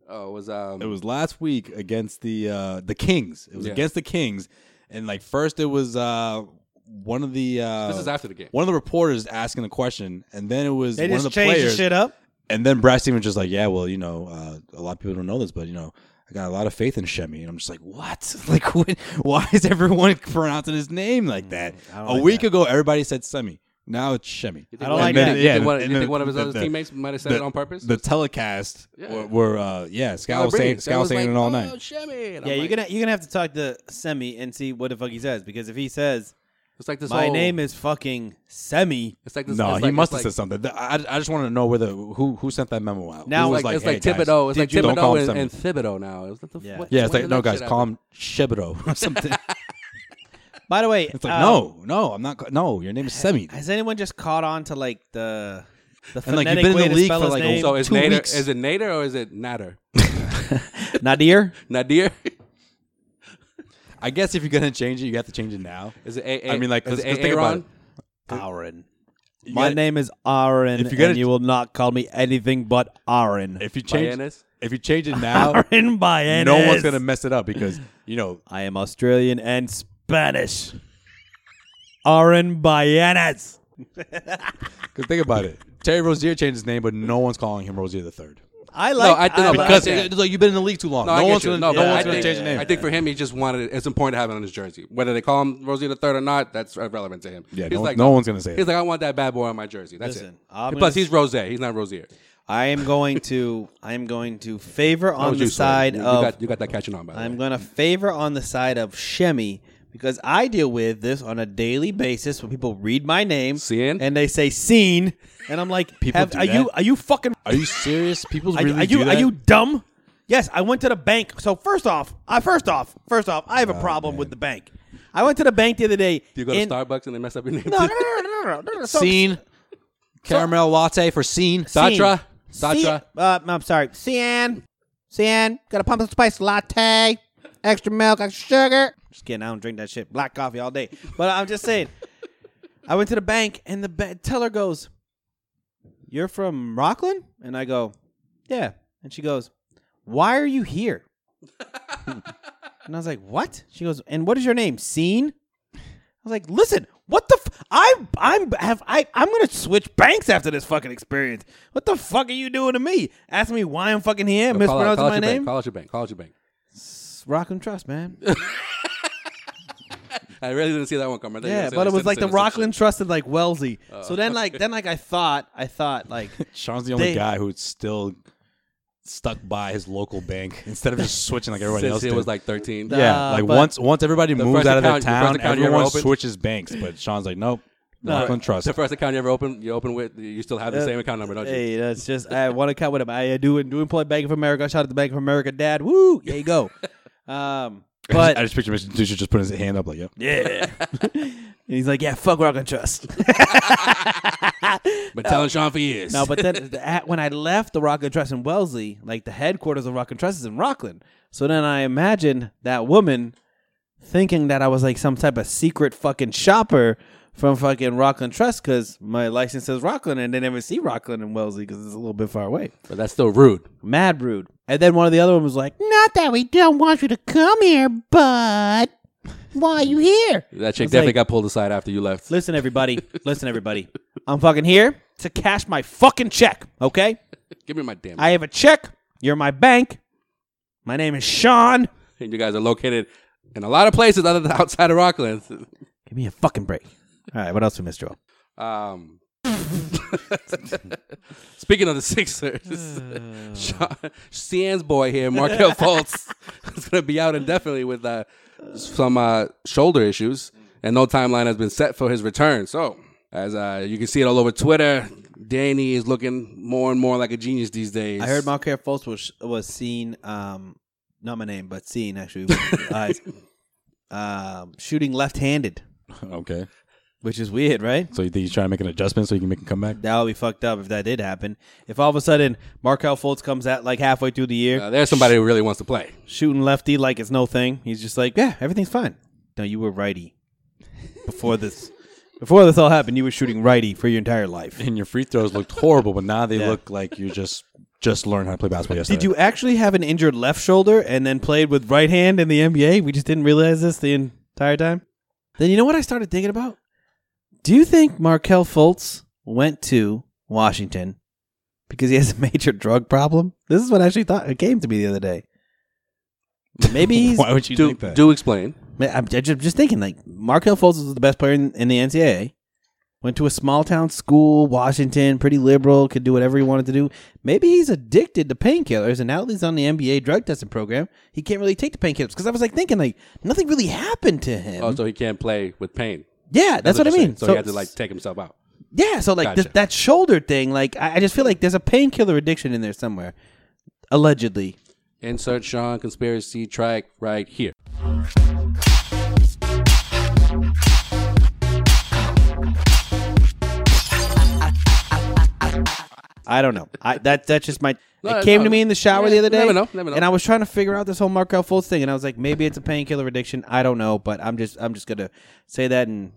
S7: Oh, it was um.
S1: It was last week against the uh, the Kings. It was
S7: Yeah.
S1: against the Kings, and like first it was uh, one of the uh,
S7: this is after the game.
S1: one of the reporters asking the question, and then it was
S5: they
S1: one
S5: just
S1: of the
S5: changed
S1: players.
S5: the shit up.
S1: And then Brad Stevens just like, yeah, well, you know, uh, a lot of people don't know this, but you know, I got a lot of faith in Shemi, and I'm just like, what? Like, what? why is everyone pronouncing his name like that?
S5: I don't
S1: a
S5: like
S1: week ago, everybody said Semi. Now it's Shemi.
S7: You
S5: I
S7: think
S5: don't
S7: one-
S5: like
S7: you
S5: that.
S7: think-
S1: Yeah,
S7: You think one,
S1: and
S7: you
S1: the-
S7: think one of his
S1: the-
S7: other
S1: the-
S7: teammates might have said
S1: the-
S7: it on purpose?
S1: The telecast
S7: Yeah.
S1: were, were, uh, yeah, Scal was
S7: Scalabrini.
S1: saying,
S7: Scala's
S1: Scal was saying
S7: like,
S1: it all
S7: "Oh,
S1: night.
S7: Shemmy. And
S5: Yeah,
S7: I'm
S5: you're
S7: like-
S5: gonna you're gonna have to talk to Semi and see what the fuck he says because if he says
S7: It's like this.
S5: my
S7: whole-
S5: name is fucking Semi,
S7: It's like this.
S1: No,
S7: it's
S1: he
S7: like-
S1: must have
S7: it's
S1: said something. Th- I, I just wanted to know whether who who sent that memo out.
S5: Now
S1: Who
S7: It's
S1: was
S7: like, it's
S1: "Hey,
S7: like
S1: guys."
S7: Thibodeau. It's like
S1: you- don't call him
S7: Thibodeau and,
S1: Semi.
S7: and Thibodeau now. It's like the,
S5: Yeah.
S7: what,
S1: yeah, it's
S7: when
S1: like
S7: did
S1: no,
S7: that
S1: guys,
S7: shit
S1: call
S7: happen?
S1: him Shibido or something.
S5: By the way,
S1: It's like
S5: uh,
S1: no, no, I'm not. ca- No, your name is Semi.
S5: Has anyone just caught on to like the the
S1: And, like,
S5: phonetic
S1: you've been in
S5: way
S1: the
S5: to
S1: league
S5: spell
S1: for,
S5: his
S1: like,
S5: name?
S7: So is
S1: two
S7: Nader?
S1: weeks.
S7: Is it Nader or is it Natter?
S5: Nadir.
S7: Nadir?
S1: I guess if you're gonna change it, you have to change it now.
S7: Is it a, a,
S1: I mean, like,
S7: is
S1: let's-
S7: it
S1: let's
S7: A-
S1: think about
S7: Aaron?
S1: it.
S5: Aaron.
S1: You
S5: My
S1: gotta-
S5: name is Aaron,
S1: If you're gonna-
S5: and you will not call me anything but Aaron.
S1: If you change,
S7: Baianis?
S1: if you change it now,
S5: Aaron Baez.
S1: no one's gonna mess it up because you know
S5: I am Australian and Spanish. Aaron Bayanes.
S1: Because think about it. Terry Rozier changed his name, but no one's calling him Rozier the third.
S5: I like. uh,
S7: I think- no, but I
S1: Because
S7: Yeah.
S1: it's like you've been in the league too long.
S7: No,
S1: No,
S7: I get
S1: one's
S7: you.
S1: gonna,
S7: no,
S1: no,
S7: but I
S1: one's
S7: think,
S1: gonna change his name.
S7: I think for him, he just wanted it. It's important to have it on his jersey. Whether they call him Rosie the Third or not, that's irrelevant to him.
S1: Yeah,
S7: he's
S1: no-
S7: like,
S1: no one's gonna say
S7: He's
S1: that.
S7: like, I want that bad boy on my jersey. That's
S5: Listen,
S7: it.
S5: I'm
S7: Plus,
S5: gonna-
S7: he's Rose. He's not Rosier.
S5: I am going to. I am going to favor
S7: That
S5: on
S7: was
S5: the
S7: you, Sway.
S5: side
S7: you, you
S5: of
S7: got, you got that catching on by the
S5: I'm
S7: way.
S5: going to favor on the side of Shemi because I deal with this on a daily basis when people read my name
S7: Seen?
S5: and they say seen and I'm like
S1: People
S5: have-
S1: do
S5: are you
S1: that?
S5: are you fucking
S1: Are you serious? People
S5: are,
S1: really
S5: are you
S1: do
S5: are
S1: that?
S5: you dumb? Yes, I went to the bank. So first off, I first off, first off, I have a problem with the bank. I went to the bank the other day.
S7: Do you go to
S5: and-
S7: Starbucks and they mess up your name?
S5: No, no,
S7: too?
S5: no, no, no, no, no, no. So-
S1: Scene. Caramel latte for scene.
S5: Seen.
S7: Satra?
S5: Seen-
S7: Satra?
S5: Uh, no, I'm sorry. Cian. Cian. Got a pumpkin spice latte. Extra milk, extra sugar. Just kidding. I don't drink that shit. Black coffee all day. But I'm just saying. I went to the bank and the ba- teller goes, You're from Rockland? And I go, Yeah. And she goes, Why are you here? and I was like, What? She goes, And what is your name? Scene? I was like, listen, what the? F- I I'm have I I'm gonna switch banks after this fucking experience. What the fuck are you doing to me? Ask me why I'm fucking here,
S7: Yo, call out-
S5: mispronouncing
S7: call out
S5: my
S7: your bank,
S5: name.
S7: Call out your bank. Call out your bank.
S5: It's Rock and Trust, man.
S7: I really didn't see that one coming. I thought you were
S5: yeah,
S7: gonna say,
S5: but it Oh. was like the
S7: Simpson or some
S5: Rockland
S7: shit.
S5: Trust and like Wellesley. so then like then like I thought I thought like
S1: Sean's the only
S5: They-
S1: guy who's still stuck by his local bank instead of just switching like everybody
S7: Since
S1: else
S7: he
S1: did.
S7: was like 13.
S1: yeah,
S5: Uh,
S1: like
S5: but-
S1: once once everybody
S7: The
S1: moves
S7: first
S1: out of their
S7: account- the first
S1: town,
S7: account you ever
S1: everyone
S7: opened?
S1: switches banks. But Sean's like, nope,
S5: No.
S1: not going trust.
S7: The first account you ever open, you open with, you still have the
S5: Uh,
S7: same account number, don't you?
S5: hey, that's just I want to cut with him. I do and do employ Bank of America. Shout out to Bank of America, Dad. Woo, there you go. um,
S1: I just-
S5: but
S1: I just picture Mr. Dutra just putting his hand up like, yep.
S5: yeah, and he's like, yeah, fuck Rock and Trust.
S7: Been telling Sean for years.
S5: No, but then the- at, when I left the Rock and Trust in Wellesley, like the headquarters of Rock and Trust is in Rockland. So then I imagined that woman thinking that I was like some type of secret fucking shopper from fucking Rockland Trust because my license says Rockland and they never see Rockland in Wellesley because it's a little bit far away.
S7: But that's still rude.
S5: Mad rude. And then one of the other ones was like, not that we don't want you to come here, but why are you here?
S7: That
S5: I
S7: chick
S5: was
S7: definitely
S5: like-
S7: got pulled aside after you left.
S5: Listen, everybody. Listen, everybody. I'm fucking here to cash my fucking check, okay?
S7: Give me my damn.
S5: I have a check. You're my bank. My name is Sean.
S7: And you guys are located in a lot of places other than outside of Rockland.
S5: Give me a fucking break. All right, what else we missed, Joel?
S7: Um, speaking of the Sixers, Sean, Cian's boy here, Markel Fultz, is going to be out indefinitely with uh, some uh, shoulder issues, and no timeline has been set for his return. So, as uh, you can see it all over Twitter, Danny is looking more and more like a genius these days.
S5: I heard Malcare Fultz was was seen, um, not my name, but seen actually with his eyes, um, shooting left-handed,
S2: Okay.
S5: which is weird, right?
S2: So you think he's trying to make an adjustment so you can make him come back?
S5: That would be fucked up if that did happen. If all of a sudden Markel Fultz comes at like halfway through the year,
S7: Uh, there's somebody who really wants to play.
S5: shooting lefty like it's no thing. He's just like, yeah, everything's fine. No, you were righty before this. Before this all happened, you were shooting righty for your entire life.
S2: And your free throws looked horrible, but now they
S5: Yeah.
S2: look like you just just learned how to play basketball yesterday.
S5: Did you actually have an injured left shoulder and then played with right hand in the NBA? We just didn't realize this the entire time. Then you know what I started thinking about? Do you think Markel Fultz went to Washington because he has a major drug problem? This is what I actually thought it came to me the other day. Maybe he's
S2: Why would you
S7: Do,
S2: think that?
S7: do explain.
S5: Man, I'm I'm ju- just thinking, like Markel Fultz was the best player in, in the NCAA. Went to a small town school, Washington, pretty liberal, could do whatever he wanted to do. Maybe he's addicted to painkillers, and now that he's on the NBA drug testing program, he can't really take the painkillers. Because I was like thinking, like nothing really happened to him.
S7: Oh, so he can't play with pain.
S5: yeah, that's, what I
S7: you're saying.
S5: mean.
S7: So, he had to like take himself out.
S5: yeah, so like
S7: Gotcha.
S5: th- that shoulder thing, like I, I just feel like there's a painkiller addiction in there somewhere, allegedly.
S7: Insert Sean conspiracy track right here.
S5: I don't know. I that that's just my.
S7: No,
S5: it came
S7: no.
S5: to me in the shower
S7: Yeah,
S5: the other day.
S7: never know, never know.
S5: And I was trying to figure out this whole Markel Fultz thing, and I was like, maybe it's a painkiller addiction. I don't know, but I'm just I'm just gonna say that and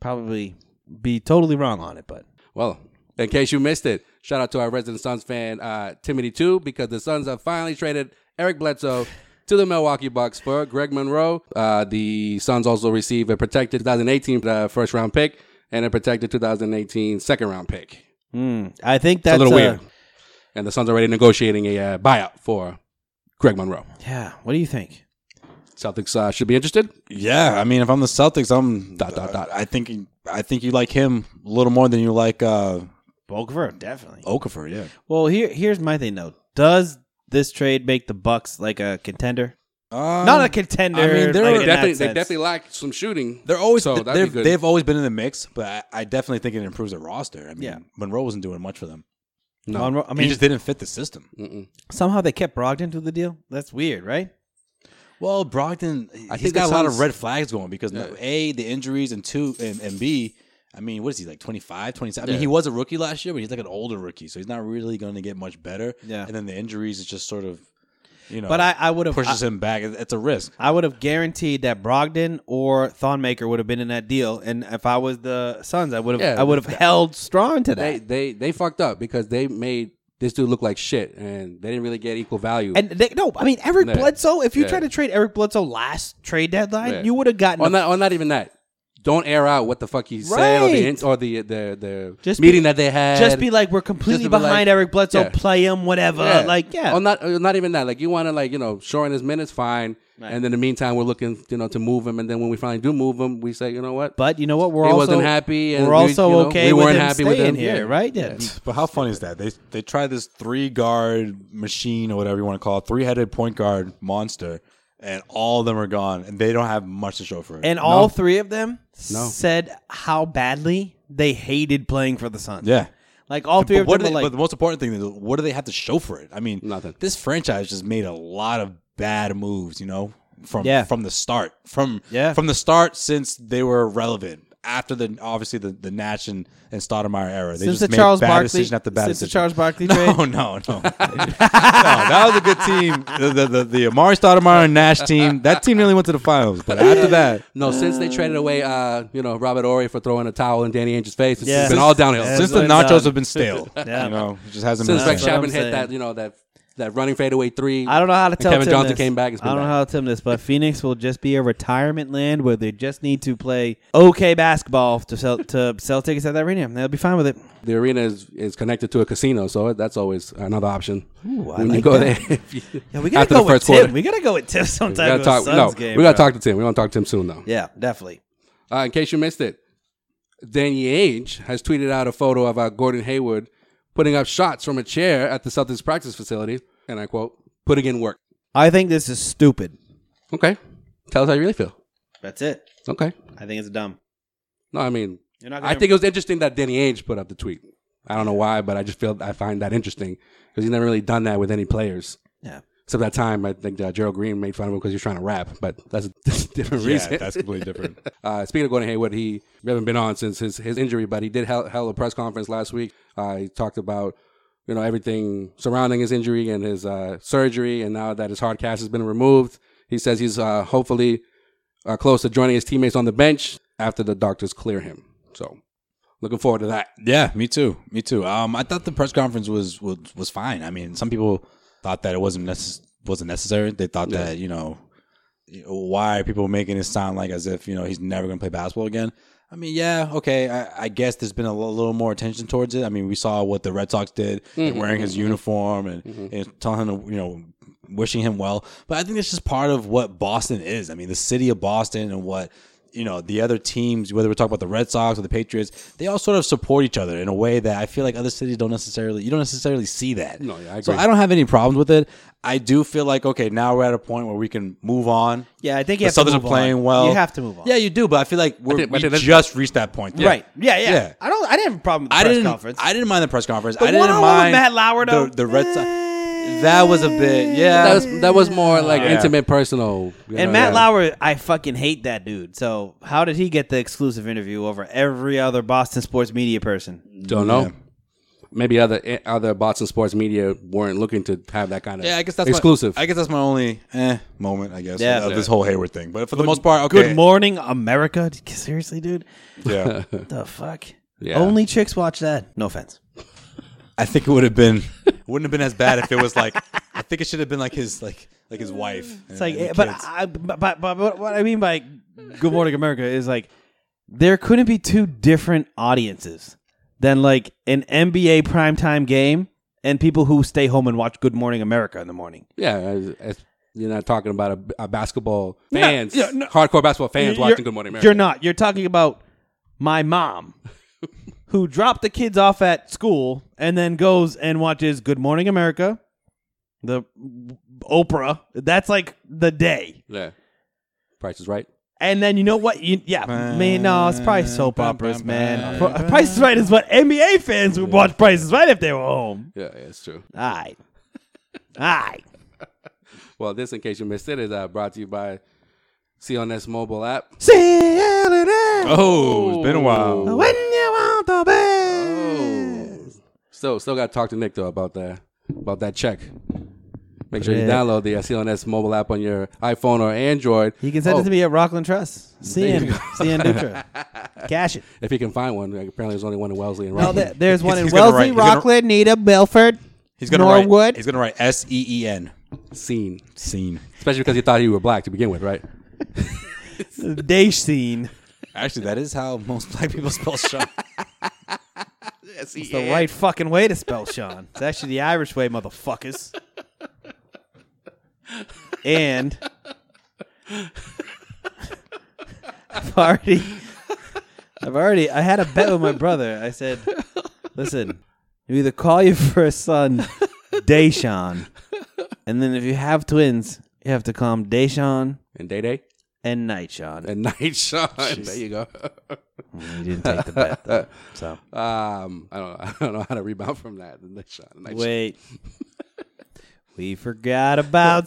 S5: probably be totally wrong on it. But
S7: Well, in case you missed it, shout out to our resident Suns fan, uh, Timothy Two, because the Suns have finally traded Eric Bledsoe to the Milwaukee Bucks for Greg Monroe. Uh, the Suns also received a protected 2018 uh, first round pick and a protected 2018 second round pick.
S5: Hmm. I think
S7: It's
S5: that's
S7: a
S2: uh,
S7: little weird. And the Suns are already negotiating a uh, buyout for Greg Monroe.
S5: Yeah. What do you think?
S7: Celtics uh, should be interested.
S2: Yeah, I mean, if I'm the Celtics, I'm
S7: Dot, dot, dot.
S2: I think I think you like him a little more than you like uh,
S5: Volkver, definitely.
S7: Oh.
S2: Okafor. Yeah.
S5: Well, here here's my thing though. Does this trade make the Bucks like a contender?
S2: Um,
S5: Not a contender.
S2: I mean, they're-
S5: like, in
S7: They
S5: that
S7: definitely, they
S5: sense.
S7: definitely lack some shooting.
S2: They're always
S7: so that'd be
S2: they've,
S7: good.
S2: they've always been in the mix, but I, I definitely think it improves their roster. I mean,
S5: Yeah.
S2: Monroe wasn't doing much for them.
S7: No.
S5: Monroe- I
S2: I
S5: mean,
S2: mean, he just didn't fit the system.
S7: Mm-mm.
S5: somehow they kept Brogdon to the deal. That's weird, right?
S2: Well, Brogdon,
S7: I
S2: I
S7: think
S2: think got
S7: that
S2: a lot
S7: sounds-
S2: of red flags going because
S7: Yeah.
S2: a the injuries and two and, and b I mean, what is he like 25, 27? I
S7: Yeah.
S2: mean, he was a rookie last year, but he's like an older rookie, so he's not really going to get much better.
S5: Yeah.
S2: and then the injuries is just sort of, you know,
S5: But I, I would have
S2: pushes him back. It- It's a risk.
S5: I would have guaranteed that Brogdon or Thonmaker would have been in that deal, and if I was the Suns, I would have
S7: Yeah.
S5: I would have held strong to
S7: they
S5: that.
S7: they they fucked up because they made this dude look like shit, and they didn't really get equal value.
S5: and they, no, I mean Eric
S7: Yeah.
S5: Bledsoe. If you
S7: Yeah.
S5: tried to trade Eric Bledsoe last trade deadline,
S7: Yeah.
S5: you would have gotten
S7: or not, or not even that. Don't air out what the fuck he said or the
S5: Right.
S7: int- or the the the
S5: Just
S7: meeting
S5: be-
S7: that they had.
S5: just be like we're completely
S7: Just to be like-
S5: behind Eric Bledsoe.
S7: Yeah.
S5: Play him, whatever. Like yeah,
S7: Or not or not even that. Like you want to like you know shorten his minutes, fine. And then in the meantime, we're looking you know to move him, and then when we finally do move him, we say you know what.
S5: but you know what? We're
S7: He
S5: also
S7: wasn't happy, and
S5: we're
S7: we-
S5: also
S7: you know, we
S5: okay. with
S7: weren't
S5: him
S7: happy with
S5: staying
S7: him.
S5: here,
S7: Yeah.
S5: right? Yeah.
S2: But how funny is that? They they try this three guard machine or whatever you want to call it, three headed point guard monster, and all of them are gone, and they don't have much to show for it.
S5: And all three of them said how badly they hated playing for the Suns.
S2: yeah.
S5: Like all three
S2: But,
S5: of
S2: what
S5: them
S2: do
S5: were
S2: they,
S5: like
S2: but the most important thing is, what do they have to show for it? I mean,
S7: Nothing.
S2: This franchise just made a lot of bad moves, you know, from
S5: Yeah.
S2: from the start, from
S5: Yeah.
S2: from the start since they were relevant. After the obviously the the Nash and, and Stoudemire era, they just
S5: Since the
S2: made
S5: Charles
S2: bad
S5: Barkley-
S2: decision after bad
S5: since the
S2: decision.
S5: Charles Barkley
S2: no,
S5: trade?
S2: no, no, no. That was a good team. The the, the, the Amari Stoudemire and Nash team. That team nearly went to the finals, but after that,
S7: No, since they traded away, uh, you know, Robert Ory for throwing a towel in Danny Ainge's face, it's
S5: Yeah.
S7: been all downhill.
S5: Yeah.
S2: since the
S5: it's
S2: nachos
S5: done.
S2: have been stale,
S5: Yeah.
S2: you know, it just hasn't
S7: since
S2: been.
S7: Rex
S2: the same.
S7: Chapman
S5: That's what I'm
S7: hit
S5: saying.
S7: that, you know, that that running fadeaway three.
S5: I don't know how to
S7: and
S5: tell
S7: Kevin
S5: Tim
S7: Johnson
S5: this.
S7: came back. It's
S5: I don't
S7: been
S5: know how to tell him this, but Phoenix will just be a retirement land where they just need to play okay basketball to sell to sell tickets at that arena. They'll be fine with it.
S7: the arena is, is connected to a casino, so that's always another option.
S5: Ooh, I
S7: when you
S5: like
S7: go
S5: that.
S7: there, if you-
S5: Yeah, we gotta
S7: after
S5: go
S7: the
S5: with
S7: first
S5: Tim.
S7: quarter.
S5: We gotta go with Tim
S7: We
S5: sometime
S7: gotta
S5: to a
S7: talk,
S5: Suns
S7: no,
S5: game,
S7: we gotta
S5: bro.
S7: talk to Tim. We want to talk to him soon, though.
S5: Yeah, definitely.
S7: Uh, in case you missed it, Danny Ainge has tweeted out a photo of uh, Gordon Hayward putting up shots from a chair at the Celtics practice facility, and I quote, "Putting in work."
S5: I think this is stupid.
S7: Okay, tell us how you really feel.
S5: That's it.
S7: Okay,
S5: I think it's dumb.
S7: no, I mean,
S5: You're not
S7: I
S5: gonna-
S7: think it was interesting that Danny Ainge put up the tweet. I don't know why, but I just feel I find that interesting because he's never really done that with any players.
S5: Yeah.
S7: Except that time, I think uh, Gerald Green made fun of him because he was trying to rap, but that's a different
S2: Yeah,
S7: reason.
S2: that's completely different.
S7: Uh, speaking of Gordon Hayward, he we haven't been on since his, his injury, but he did held, held a press conference last week. Uh, he talked about you know everything surrounding his injury and his uh, surgery, and now that his hard cast has been removed, he says he's uh, hopefully uh, close to joining his teammates on the bench after the doctors clear him. So, looking forward to that.
S2: Yeah, me too. Me too. Um, I thought the press conference was was, was fine. I mean, some people thought that it wasn't necess- wasn't necessary. They thought
S7: Yeah.
S2: that you know you know, why are people making it sound like as if you know he's never going to play basketball again. I mean, yeah, okay. I, I guess there's been a li- little more attention towards it. I mean, we saw what the Red Sox did, in
S7: Mhm,
S2: wearing his
S7: mhm,
S2: uniform and, and telling him, to, you know, wishing him well. But I think it's just part of what Boston is. I mean, the city of Boston and what you know the other teams, whether we're talking about the Red Sox or the Patriots, they all sort of support each other in a way that I feel like other cities don't necessarily. You don't necessarily see that.
S7: No, yeah, I
S2: So
S7: agree.
S2: I don't have any problems with it. I do feel like okay, now we're at a point where we can move on.
S5: Yeah, I think
S2: The
S5: you have to
S2: Celtics
S5: move
S2: are playing
S5: on.
S2: well.
S5: You have to move on.
S2: Yeah, you do, but I feel like we're,
S7: think- I
S2: we
S7: think that's-
S2: just reached that point.
S5: Right. Yeah, yeah. I don't. I didn't have a problem with the
S2: I
S5: press
S2: didn't.
S5: conference.
S2: I didn't mind the press conference.
S5: The
S2: I didn't
S5: one-on-one with
S2: mind
S5: Matt Lauer, though? Eh.
S2: The, the Red Sox. That was a bit. Yeah.
S7: That was that was more like
S2: Yeah.
S7: intimate, personal. you
S5: and
S7: know,
S5: Matt
S7: yeah.
S5: Lauer, I fucking hate that dude. So how did he get the exclusive interview over every other Boston sports media person?
S7: Don't know. Maybe other eh, other Boston sports media weren't looking to have that kind of
S2: yeah, I guess that's
S7: exclusive.
S2: My, I guess that's my only eh, moment. I guess
S5: Yeah.
S2: of this whole Hayward thing. But for the most part, okay.
S5: Good morning, America. Seriously, dude.
S2: Yeah,
S5: The fuck.
S7: Yeah.
S5: Only chicks watch that. No offense.
S2: I think it would have been wouldn't have been as bad if it was like. I think it should have been like his like like his wife.
S5: It's like, eh, but, I, but, but, but what- what I mean by Good Morning America is like, there couldn't be two different audiences than like an NBA primetime game and people who stay home and watch Good Morning America in the morning.
S7: yeah, as, as- you're not talking about a, a basketball
S5: No,
S7: fans,
S5: yeah, no.
S7: hardcore basketball fans
S5: You're-
S7: watching Good Morning America.
S5: You're not. You're talking about my mom who dropped the kids off at school and then goes and watches Good Morning America, the Oprah. That's like the day.
S7: Yeah. Price is right.
S5: And then you know what? You, yeah, man. No, it's probably soap operas, man. Pro- Price is Right is what NBA fans would watch. Price is Right if they were home.
S7: Yeah, yeah, it's true.
S5: All right, all right.
S7: Well, this, in case you missed it, is uh, brought to you by CLNS mobile app.
S5: CLNS.
S2: oh, it's been a while.
S5: When you want the best.
S7: Oh. Still, still got to talk to Nick though about that about that check. Make sure you
S5: Yeah.
S7: download the uh, CLNS mobile app on your iPhone or Android.
S5: You can send
S7: Oh,
S5: it to me at Rockland Trust.
S7: you
S5: CN,
S7: go.
S5: CN Dutra. Cash it.
S7: if you can find one. Like, apparently, there's only one in Wellesley and
S5: Well,
S7: Rockland.
S5: there- there's one in
S2: he's gonna
S5: Wellesley,
S2: write- he's gonna-
S5: Rockland, Nita, Belford,
S2: He's gonna
S5: Norwood.
S2: write. He's gonna write S E E N.
S7: Scene,
S2: Scene.
S7: especially because you thought you were black to begin with, right?
S5: Day scene.
S2: Actually, that is how most black people spell Sean.
S5: It's the right fucking way to spell Sean. It's actually the Irish way, motherfuckers. And I've already, I've already, I had a bet with my brother. I said, "Listen, you either call your first son Deshaun, and then if you have twins, you have to call him Deshaun
S7: And Day Day
S5: and Nightshawn."
S7: and Night Sean. There you go.
S5: You didn't take the bet, though, so.
S7: Um, I don't, I don't know how to rebound from that. The Night Sean, the Night Sean.
S5: Wait. we forgot about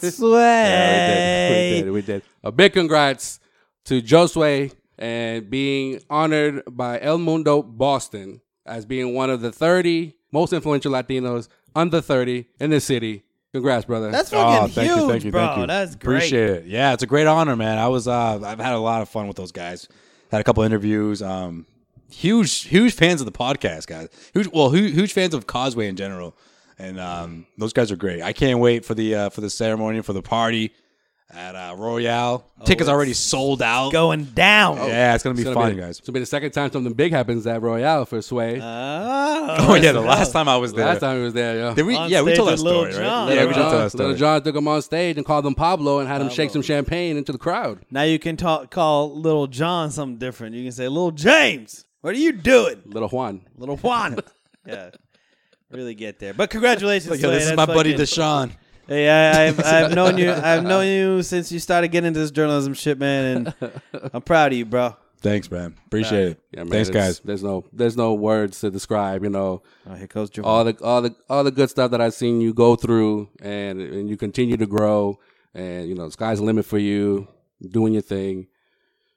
S7: Yeah, we
S5: Sway.
S7: did. We did. We did. A big congrats to Josue and being honored by El Mundo Boston as being one of the 30 most influential Latinos under 30 in the city. Congrats, brother.
S5: That's
S2: Oh,
S5: fucking
S2: thank
S5: huge,
S2: you, thank you,
S5: bro.
S2: thank you.
S5: That's great.
S2: Appreciate it. Yeah, it's a great honor, man. I was uh, I've had a lot of fun with those guys. Had a couple interviews. Um, huge, huge fans of the podcast, guys. Huge, well, huge, huge fans of Causeway in general. and um, those guys are great. I can't wait for the uh, for the ceremony for the party at uh, Royale. Tickets already sold out.
S5: Going down.
S2: yeah, it's gonna be fun, guys.
S7: It's gonna be the second time something big happens at Royale for Sway.
S5: Oh,
S2: Oh yeah, the last time I was there.
S7: Last time he was there, yo.
S2: Did we? yeah, we told that story, right? Yeah, we did tell that
S7: Little
S2: story.
S7: John took him on stage and called him Pablo and had him shake some champagne into the crowd.
S5: Now you can talk, call little John something different. You can say, "Little James, what are you doing,
S7: Little Juan.
S5: little Juan?" yeah, really get there. But congratulations,
S2: Like, yo, this
S5: Slade.
S2: is my
S5: That's
S2: buddy
S5: fucking-
S2: Deshaun.
S5: Hey, I, I've, I've known you. I've known you since you started getting into this journalism shit, man, and I'm proud of you, bro.
S2: Thanks, man. Appreciate it.
S7: Yeah, man,
S2: Thanks,
S7: it's-
S2: guys.
S7: There's no there's no words to describe, you know,
S5: Oh, here goes Jamal.
S7: all the all the all the good stuff that I've seen you go through and and you continue to grow and you know, the sky's the limit for you, doing your thing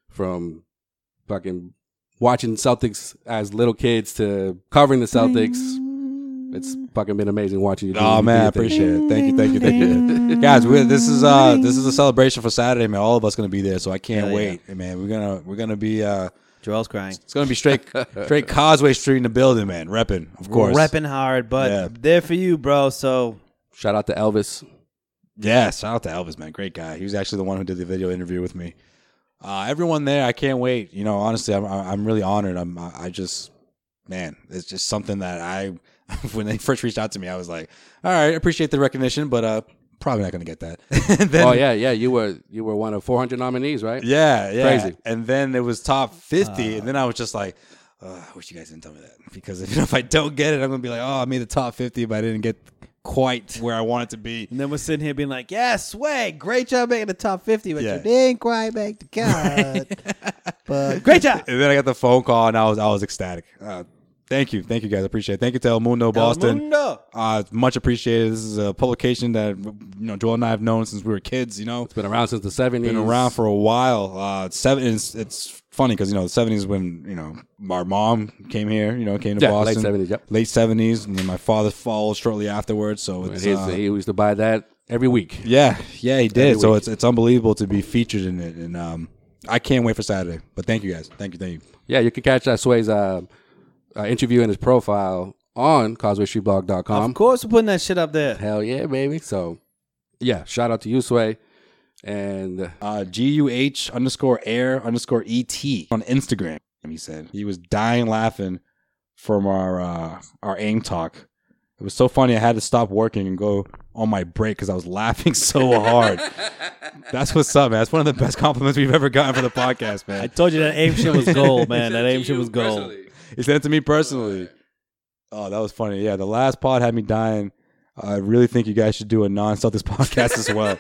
S7: from fucking watching Celtics as little kids to covering the Celtics. It's fucking been amazing watching you. do-
S2: Oh
S7: do
S2: man, I
S7: your thing.
S2: appreciate it. Thank you, thank you, thank you, guys. We, this is uh, this is a celebration for Saturday, man. All of us gonna be there, so I can't
S5: Hell yeah.
S2: wait, man. We're gonna we're gonna be uh,
S5: Joel's crying.
S2: it's gonna be straight straight Causeway Street in the building, man. Repping, of course.
S5: We're repping hard, but
S2: Yeah.
S5: there for you, bro. So
S7: Shout out to Elvis.
S2: Yeah, shout out to Elvis, man. Great guy. He was actually the one who did the video interview with me. Uh, everyone there, I can't wait. You know, honestly, I'm I- I'm really honored. I'm I I just, man, it's just something that I when they first reached out to me, I was like, all right, I appreciate the recognition, but uh, probably not gonna get that. And then-
S7: oh yeah, yeah. You were you were one of 400 nominees, right?
S2: Yeah, yeah.
S7: Crazy.
S2: And then it was top 50. and then I was just like, "Ugh, I wish you guys didn't tell me that. Because if, if I don't get it, I'm going to be like, oh, I made the top 50, but I didn't get quite where I wanted to be.
S5: and then we're sitting here being like, "Yeah, Sway, great job making the top 50, but
S2: Yeah.
S5: you didn't quite make the cut. but great job."
S2: And then I got the phone call and I was I was ecstatic. Uh, thank you. Thank you, guys. I appreciate it. Thank you to El Mundo Boston.
S5: Mundo.
S2: Uh, much appreciated. This is a publication that you know Joel and I have known since we were kids, you know.
S7: It's been around since the 70s.
S2: been around for a while. Uh, seven. It's, it's funny because you know the seventies when you know our mom came here. You know, came to
S7: Yeah, late
S2: Boston.
S7: 70s, yep.
S2: Late seventies, and then my father followed shortly afterwards. So
S7: And
S2: it's,
S7: his-
S2: uh,
S7: he used to buy that every week.
S2: yeah, yeah, he
S7: Every
S2: did. So
S7: week.
S2: it's it's unbelievable to be featured in it, and um, I can't wait for Saturday. But thank you guys. Thank you. Thank you.
S7: Yeah, you can catch that Sway's uh, uh, interview and his profile on
S5: Of
S7: causewaystreetblog.com.
S5: course, we're putting that shit up there.
S7: Hell yeah, baby. So, yeah, shout out to you, Sway. And
S2: Uh, G U H underscore air underscore E T on Instagram. He said he was dying laughing from our uh, our aim talk. It was so funny. I had to stop working and go on my break because I was laughing so hard. That's what's up, man. That's one of the best compliments we've ever gotten for the podcast,
S5: I
S2: man.
S5: told you that aim shit was gold, man. that aim shit was gold.
S2: He sent it to me personally. Oh, that was funny. Yeah, the last pod had me dying. I really think you guys should do a non-Celtics podcast as well.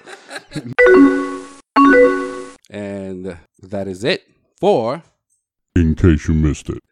S7: and that is it for.
S14: In case you missed it.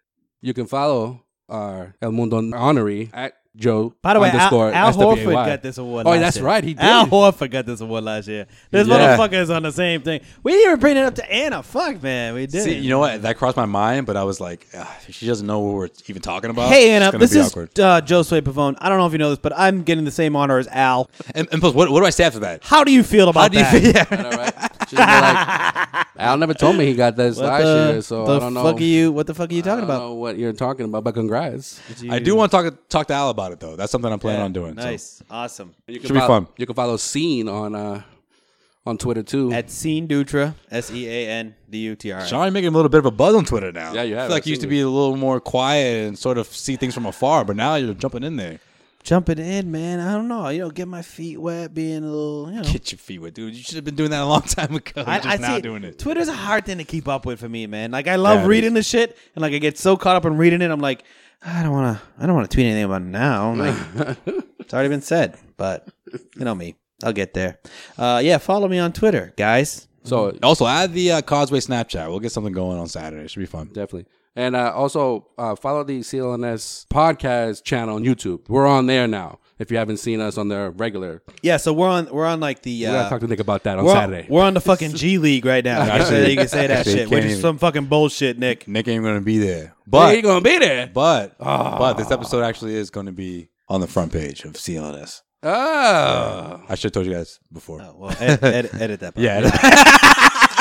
S7: You can follow our El Mundo honoree at Joe.
S5: By the way, Al,
S7: underscore
S5: Al
S7: SWAY.
S5: Horford got this award.
S7: Oh,
S5: last
S7: that's
S5: year.
S7: right, he did.
S5: Al Horford got this award last year. This
S2: Yeah.
S5: motherfucker is on the same thing. We didn't even bring it up to Anna. Fuck, man, we did.
S2: See, you know what? That crossed my mind, but I was like, "Ah, if she doesn't know what we're even talking about.
S5: Hey,
S2: Uh, it's
S5: Anna,
S2: gonna
S5: this
S2: be
S5: is
S2: awkward.
S5: uh, Joe Sway Pavone. I don't know if you know this, but I'm getting the same honor as Al.
S2: And, and plus, what, what do I say after that?
S5: How do you feel
S2: How
S5: about
S2: do you
S5: that?
S2: feel? Yeah.
S7: All right. She's like, Al never told me he got this
S5: What
S7: last
S5: the,
S7: year, so
S5: the
S7: I don't know.
S5: fuck are you? What the fuck are you talking
S7: I don't
S5: about?
S7: know what you're talking about, but congrats.
S2: I do want to talk talk to Al about it though. That's something I'm planning on doing. so.
S5: Nice, awesome.
S7: You can
S2: Should be
S7: follow-
S2: fun.
S7: You can follow Scene on uh, on Twitter too.
S5: At Scene Dutra, S E A N D U T R.
S2: Sean already making a little bit of a buzz on Twitter now.
S7: Yeah, you
S2: I
S7: have.
S2: feel like you used to be a little more quiet and sort of see things from afar, but now you're jumping in there.
S5: Jumping in, man. I don't know. You know, get my feet wet, being a little, you know.
S2: Get your feet wet, dude. You should have been doing that a long time ago. I, just now doing it.
S5: Twitter's a hard thing to keep up with for me, man. Like I love
S2: Yeah, it
S5: reading the shit, and like I get so caught up in reading it, I'm like, I don't want to. I don't want to tweet anything about it now. I'm like, it's already been said, but you know me, I'll get there. Uh, yeah, follow me on Twitter, guys.
S7: so
S2: Also, add the uh, Causeway Snapchat. We'll get something going on Saturday. It should be fun.
S7: definitely, and uh, also uh, follow the CLNS podcast channel on YouTube. We're on there now. If you haven't seen us on their regular,
S5: Yeah, so we're on. We're on like the.
S7: we gotta
S5: Uh,
S7: talk to Nick about that on
S5: we're
S7: Saturday.
S5: we're on the fucking G League right now. I guess
S2: Actually-
S5: you can say that
S2: actually,
S5: shit,
S2: can't
S5: which is
S2: even-
S5: some fucking bullshit, Nick.
S2: Nick ain't going to be there,
S7: Hey,
S2: but
S7: you gonna be there?
S2: But but this episode actually is going to be on the front page of CLNS.
S7: Oh,
S2: I should have told you guys before.
S5: Oh, well, edit, edit, edit that. part.
S2: Yeah.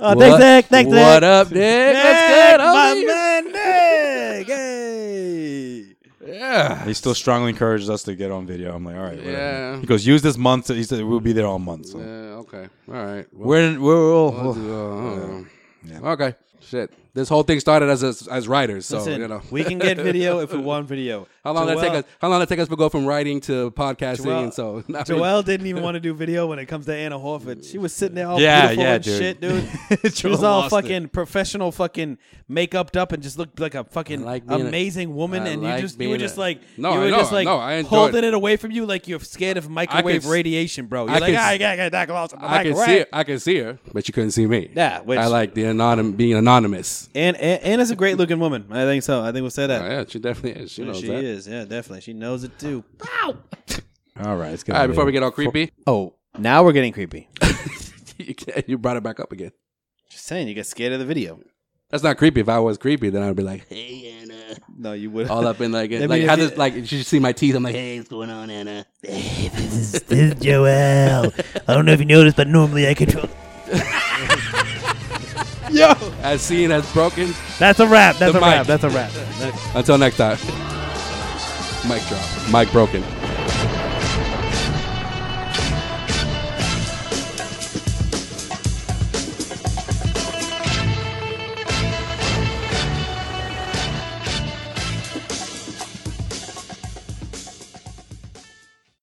S5: Oh, thanks, Nick. Thanks, Nick.
S7: what up, Nick? What's good,
S5: my
S7: homie?
S5: man, Nick. Hey.
S7: Yeah, Yeah.
S15: He still strongly encourages us to get on video. I'm like, all right, whatever.
S7: Yeah.
S15: He goes, use this month. To, he said, we'll be there all month. So.
S7: Yeah, okay. All right.
S15: We're- we're all-
S7: we'll do, uh,
S15: Yeah.
S7: Okay. Shit. This whole thing started as as, as writers, so
S5: Listen,
S7: you know
S5: we can get video if we want video.
S7: How long that take
S5: Joel-
S7: us? How long that take us to go from writing to podcasting? and so I mean-
S5: Joelle didn't even want to do video when it comes to Anna Horford. She was sitting there all
S15: Yeah,
S5: beautiful
S15: yeah,
S5: and
S15: dude.
S5: shit, dude. she was
S15: Joelle
S5: all
S15: lost
S5: fucking professional, fucking makeuped up, and just looked like a fucking
S7: like being a-
S5: amazing woman.
S7: I
S5: and
S7: like
S5: you just you
S7: being
S5: were
S7: a-
S5: just like
S7: No,
S5: you
S7: I
S5: were
S7: know,
S5: just like
S7: no, I enjoy
S5: holding
S7: it.
S5: it away from you, like you're scared of microwave
S7: s-
S5: radiation, bro. You're
S7: I
S5: like,
S7: could
S5: ah, I
S7: s-
S5: gotta get that close to the
S7: I can see
S5: microwave."
S7: her. I can see her, but you couldn't see me.
S5: Yeah, which-
S7: I like the anonym being anonymous.
S5: And, and Anna's a great looking woman. I think so. I think we'll say that.
S7: Oh, yeah, she definitely is. She knows that.
S5: is. Yeah, definitely. She knows it too.
S15: All right. It's
S7: All right, before we get all creepy,
S5: Oh, now we're getting creepy.
S7: you, you brought it back up again.
S5: Just saying, you get scared of the video.
S7: That's not creepy. If I was creepy, then I'd be like, hey,
S5: No, you would.
S7: all up in like,
S5: I mean,
S7: it, like
S5: if
S7: how
S5: you-
S7: this like she see my teeth. I'm like, hey, what's going on, Anna?
S8: This is Joel. I don't know if you noticed, but normally I control.
S7: Yo, as seen, as broken.
S8: That's a wrap. That's
S7: The
S8: a wrap.
S7: mic.
S8: That's a wrap.
S7: Until next time. Mic drop. Mic broken.